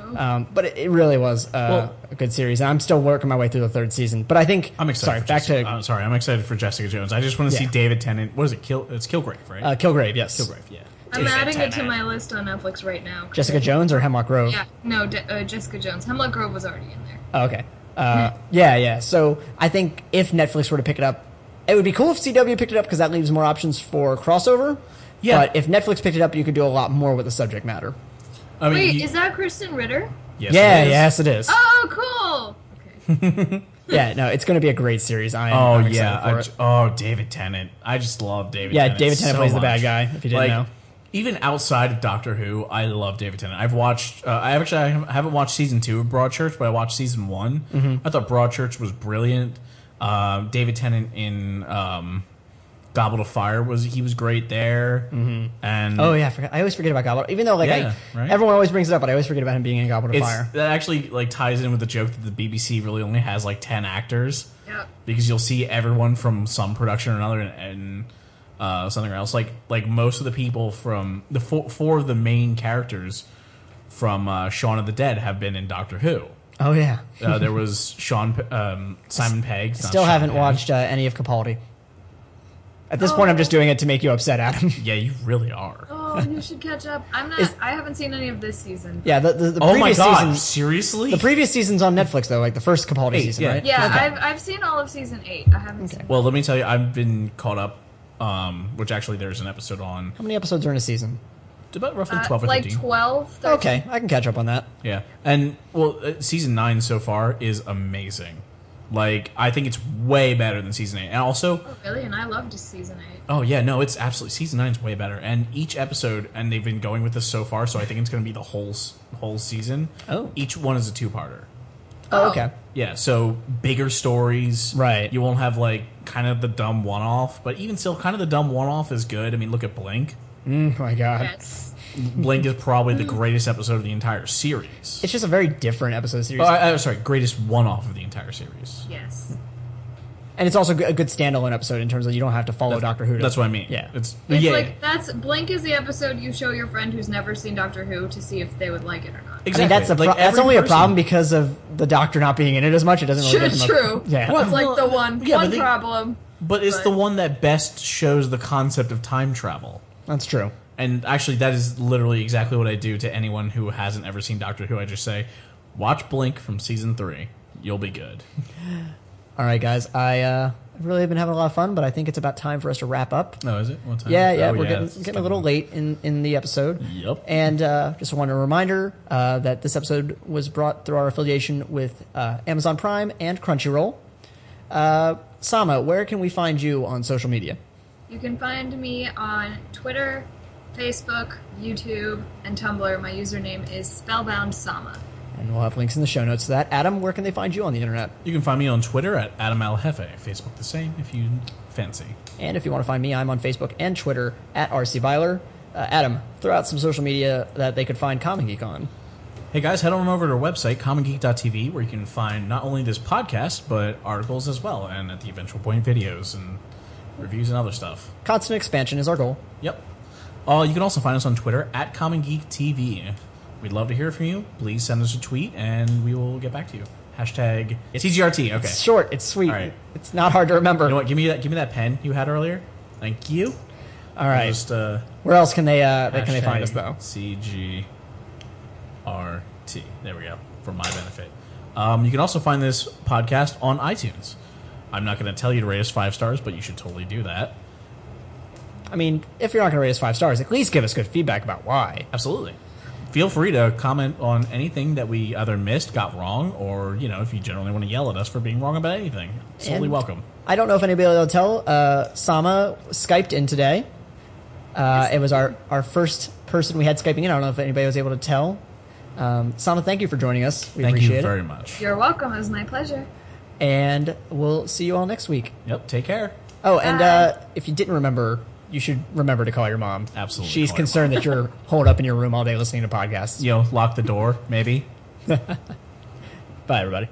[SPEAKER 3] Oh.
[SPEAKER 1] Um, but it, it really was uh,
[SPEAKER 2] Well-
[SPEAKER 1] a good series, and I'm still working my way through the third season. But I think
[SPEAKER 2] I'm excited.
[SPEAKER 1] Sorry,
[SPEAKER 2] for
[SPEAKER 1] back
[SPEAKER 2] Jessica,
[SPEAKER 1] to
[SPEAKER 2] I'm sorry. I'm excited for Jessica Jones. I just want to
[SPEAKER 1] Yeah.
[SPEAKER 2] see David Tennant. What is it? Kill. It's Kilgrave, right?
[SPEAKER 1] uh, Kilgrave. Yes,
[SPEAKER 2] Kilgrave. Yeah.
[SPEAKER 3] I'm
[SPEAKER 2] David
[SPEAKER 3] adding it to
[SPEAKER 2] Tennant.
[SPEAKER 3] my list on Netflix right now.
[SPEAKER 1] Jessica Jones or Hemlock Grove.
[SPEAKER 3] Yeah, no, De- uh, Jessica Jones. Hemlock Grove was already in there.
[SPEAKER 1] Oh, okay. Uh, yeah, yeah. So I think if Netflix were to pick it up, it would be cool if CW picked it up because that leaves more options for crossover.
[SPEAKER 2] Yeah.
[SPEAKER 1] But if Netflix picked it up, you could do a lot more with the subject matter.
[SPEAKER 2] I mean,
[SPEAKER 3] Wait,
[SPEAKER 2] you-
[SPEAKER 3] is that Kristen Ritter?
[SPEAKER 2] yes,
[SPEAKER 1] yeah,
[SPEAKER 2] it is. Ah!
[SPEAKER 1] yes, it is.
[SPEAKER 3] Oh, cool. Okay.
[SPEAKER 1] Yeah, no, it's going to be a great series. I am.
[SPEAKER 2] Oh
[SPEAKER 1] I'm excited
[SPEAKER 2] yeah.
[SPEAKER 1] for
[SPEAKER 2] I
[SPEAKER 1] it.
[SPEAKER 2] ju- oh David Tennant. I just love David.
[SPEAKER 1] Yeah,
[SPEAKER 2] Tennant
[SPEAKER 1] David Tennant
[SPEAKER 2] so
[SPEAKER 1] plays the bad
[SPEAKER 2] much.
[SPEAKER 1] guy, if you didn't
[SPEAKER 2] Like,
[SPEAKER 1] know.
[SPEAKER 2] Even outside of Doctor Who, I love David Tennant. I've watched. Uh, I actually I haven't- I haven't watched season two of Broadchurch, but I watched season one.
[SPEAKER 1] Mm-hmm.
[SPEAKER 2] I thought Broadchurch was brilliant. Um, David Tennant in um, Goblet of Fire was he was great there. Mm-hmm. And
[SPEAKER 1] Oh yeah, I, forgot. I always forget about Goblet. Even though like
[SPEAKER 2] Yeah,
[SPEAKER 1] I,
[SPEAKER 2] right?
[SPEAKER 1] everyone always brings it up, but I always forget about him being in Goblet of
[SPEAKER 2] it's,
[SPEAKER 1] Fire.
[SPEAKER 2] that actually like ties in with the joke that the BBC really only has like ten actors.
[SPEAKER 3] Yep.
[SPEAKER 2] because you'll see everyone from some production or another and, and uh, something else. Like like most of the people from the four, four of the main characters from uh, Shaun of the Dead have been in Doctor Who.
[SPEAKER 1] Oh yeah.
[SPEAKER 2] Uh, there was Sean P- um, Simon Pegg. not
[SPEAKER 1] Still
[SPEAKER 2] Sean
[SPEAKER 1] haven't
[SPEAKER 2] Penn.
[SPEAKER 1] watched uh, any of Capaldi. At this
[SPEAKER 2] Oh.
[SPEAKER 1] point, I'm just doing it to make you upset, Adam.
[SPEAKER 2] Yeah, you really are.
[SPEAKER 3] Oh, you should catch up. I'm not.
[SPEAKER 1] Is-
[SPEAKER 3] I haven't seen any of this season.
[SPEAKER 1] yeah, the, the, the
[SPEAKER 2] Oh my
[SPEAKER 1] previous
[SPEAKER 2] god!
[SPEAKER 1] season,
[SPEAKER 2] seriously?
[SPEAKER 1] the previous season's on Netflix though, like the first Capaldi
[SPEAKER 2] Eight,
[SPEAKER 1] season,
[SPEAKER 2] yeah.
[SPEAKER 1] right?
[SPEAKER 3] Yeah,
[SPEAKER 1] Okay.
[SPEAKER 3] I've, I've seen all of season eight. I haven't seen.
[SPEAKER 2] well, let me tell you, I've been caught up. Um, which actually, there's an episode on
[SPEAKER 1] How many episodes are in a season?
[SPEAKER 2] about roughly
[SPEAKER 3] Uh,
[SPEAKER 2] twelve or
[SPEAKER 3] like
[SPEAKER 2] thirteen.
[SPEAKER 3] 12, 13.
[SPEAKER 1] Okay, I can catch up on that.
[SPEAKER 2] Yeah, and well, uh, season nine so far is amazing. Like, I think it's way better than season eight. And also,
[SPEAKER 3] Oh, really? And I loved season eight.
[SPEAKER 2] oh yeah, no, it's absolutely season nine's way better. And each episode, and they've been going with this so far, so I think it's going to be the whole s- whole season.
[SPEAKER 1] Oh.
[SPEAKER 2] each one is a two parter.
[SPEAKER 1] Oh, okay.
[SPEAKER 2] Yeah, so bigger stories.
[SPEAKER 1] Right.
[SPEAKER 2] You won't have like kind of the dumb one off, but even still, kind of the dumb one off is good. I mean, look at Blink.
[SPEAKER 1] Mm, oh my god.
[SPEAKER 3] Yes.
[SPEAKER 2] Blink is probably the greatest episode of the entire series.
[SPEAKER 1] It's just a very different episode series,
[SPEAKER 2] Oh, I, am sorry, greatest one off of the entire series.
[SPEAKER 3] Yes.
[SPEAKER 1] and it's also a good standalone episode in terms of you don't have to follow Doctor Who. to-
[SPEAKER 2] That's what I mean.
[SPEAKER 1] Yeah.
[SPEAKER 2] it's,
[SPEAKER 3] It's
[SPEAKER 2] yeah,
[SPEAKER 3] like that's Blink is the episode you show your friend who's never seen Doctor Who to see if they would like it or not.
[SPEAKER 1] I mean, that's a
[SPEAKER 2] Exactly.
[SPEAKER 1] pro-
[SPEAKER 2] Like,
[SPEAKER 1] that's
[SPEAKER 2] every
[SPEAKER 1] only a
[SPEAKER 2] person-
[SPEAKER 1] problem because of the doctor not being in it as much. It doesn't really.
[SPEAKER 3] Sure,
[SPEAKER 1] give them
[SPEAKER 3] true.
[SPEAKER 1] A, yeah.
[SPEAKER 3] That's like the
[SPEAKER 2] Well,
[SPEAKER 3] one
[SPEAKER 2] yeah, but
[SPEAKER 3] one
[SPEAKER 2] they-
[SPEAKER 3] problem.
[SPEAKER 2] But it's
[SPEAKER 3] but-
[SPEAKER 2] the one that best shows the concept of time travel.
[SPEAKER 1] That's true.
[SPEAKER 2] And actually, that is literally exactly what I do to anyone who hasn't ever seen Doctor Who. I just say, watch Blink from season three. You'll be good.
[SPEAKER 1] All right, guys. I uh, I've really been having a lot of fun, but I think it's about time for us to wrap up.
[SPEAKER 2] Oh, is it? What time?
[SPEAKER 1] Yeah, yeah,
[SPEAKER 2] Oh,
[SPEAKER 1] we're getting,
[SPEAKER 2] it's
[SPEAKER 1] getting a little late in, in the episode.
[SPEAKER 2] Yep.
[SPEAKER 1] And uh, just want a reminder uh, that this episode was brought through our affiliation with uh, Amazon Prime and Crunchyroll. Uh, Sama, where can we find you on social media?
[SPEAKER 3] You can find me on Twitter, Facebook, YouTube, and Tumblr. My username is Spellbound Sama.
[SPEAKER 1] And we'll have links in the show notes to that. Adam, where can they find you on the internet?
[SPEAKER 2] You can find me on Twitter at Adam Al Jefe. Facebook the same if you fancy.
[SPEAKER 1] And if you want to find me, I'm on Facebook and Twitter at rcviler. Uh, Adam, throw out some social media that they could find Comic Geek on.
[SPEAKER 2] Hey guys, head on over to our website, commongeek.tv, where you can find not only this podcast, but articles as well, and at the eventual point, videos and reviews and other stuff.
[SPEAKER 1] Constant expansion is our goal.
[SPEAKER 2] Yep. Uh, you can also find us on Twitter at Common Geek TV. We'd love to hear from you. Please send us a tweet and we will get back to you. Hashtag TGRT. Okay.
[SPEAKER 1] It's
[SPEAKER 2] You
[SPEAKER 1] short. It's sweet.
[SPEAKER 2] All right.
[SPEAKER 1] It's not hard to remember.
[SPEAKER 2] know what? Give me that. Give me that pen you had earlier. Thank you.
[SPEAKER 1] All right.
[SPEAKER 2] Just uh,
[SPEAKER 1] Where else can they uh, they- can they find us though?
[SPEAKER 2] hashtag CGRT. There we go. For my benefit. Um, you can also find this podcast on iTunes. I'm not going to tell you to rate us five stars, but you should totally do that.
[SPEAKER 1] I mean, if you're not going to rate us five stars, at least give us good feedback about why.
[SPEAKER 2] Absolutely. Feel free to comment on anything that we either missed, got wrong, or you know, if you generally want to yell at us for being wrong about anything, absolutely
[SPEAKER 1] And-
[SPEAKER 2] welcome.
[SPEAKER 1] I don't know if anybody will tell. Uh, Sama skyped in today. Uh, it was our our first person we had skyping in. I don't know if anybody was able to tell. Um, Sama, thank you for joining us. We
[SPEAKER 2] Thank
[SPEAKER 1] appreciate
[SPEAKER 2] you
[SPEAKER 1] it.
[SPEAKER 2] very much.
[SPEAKER 3] You're welcome. It was my pleasure.
[SPEAKER 1] And we'll see you all next week.
[SPEAKER 2] Yep. Take care.
[SPEAKER 1] Oh, and
[SPEAKER 3] Bye.
[SPEAKER 1] uh, if you didn't remember, you should remember to call your mom.
[SPEAKER 2] Absolutely
[SPEAKER 1] She's
[SPEAKER 2] call your
[SPEAKER 1] concerned that you're holed up in your room all day listening to podcasts.
[SPEAKER 2] You know, lock the door, maybe.
[SPEAKER 1] Bye, everybody.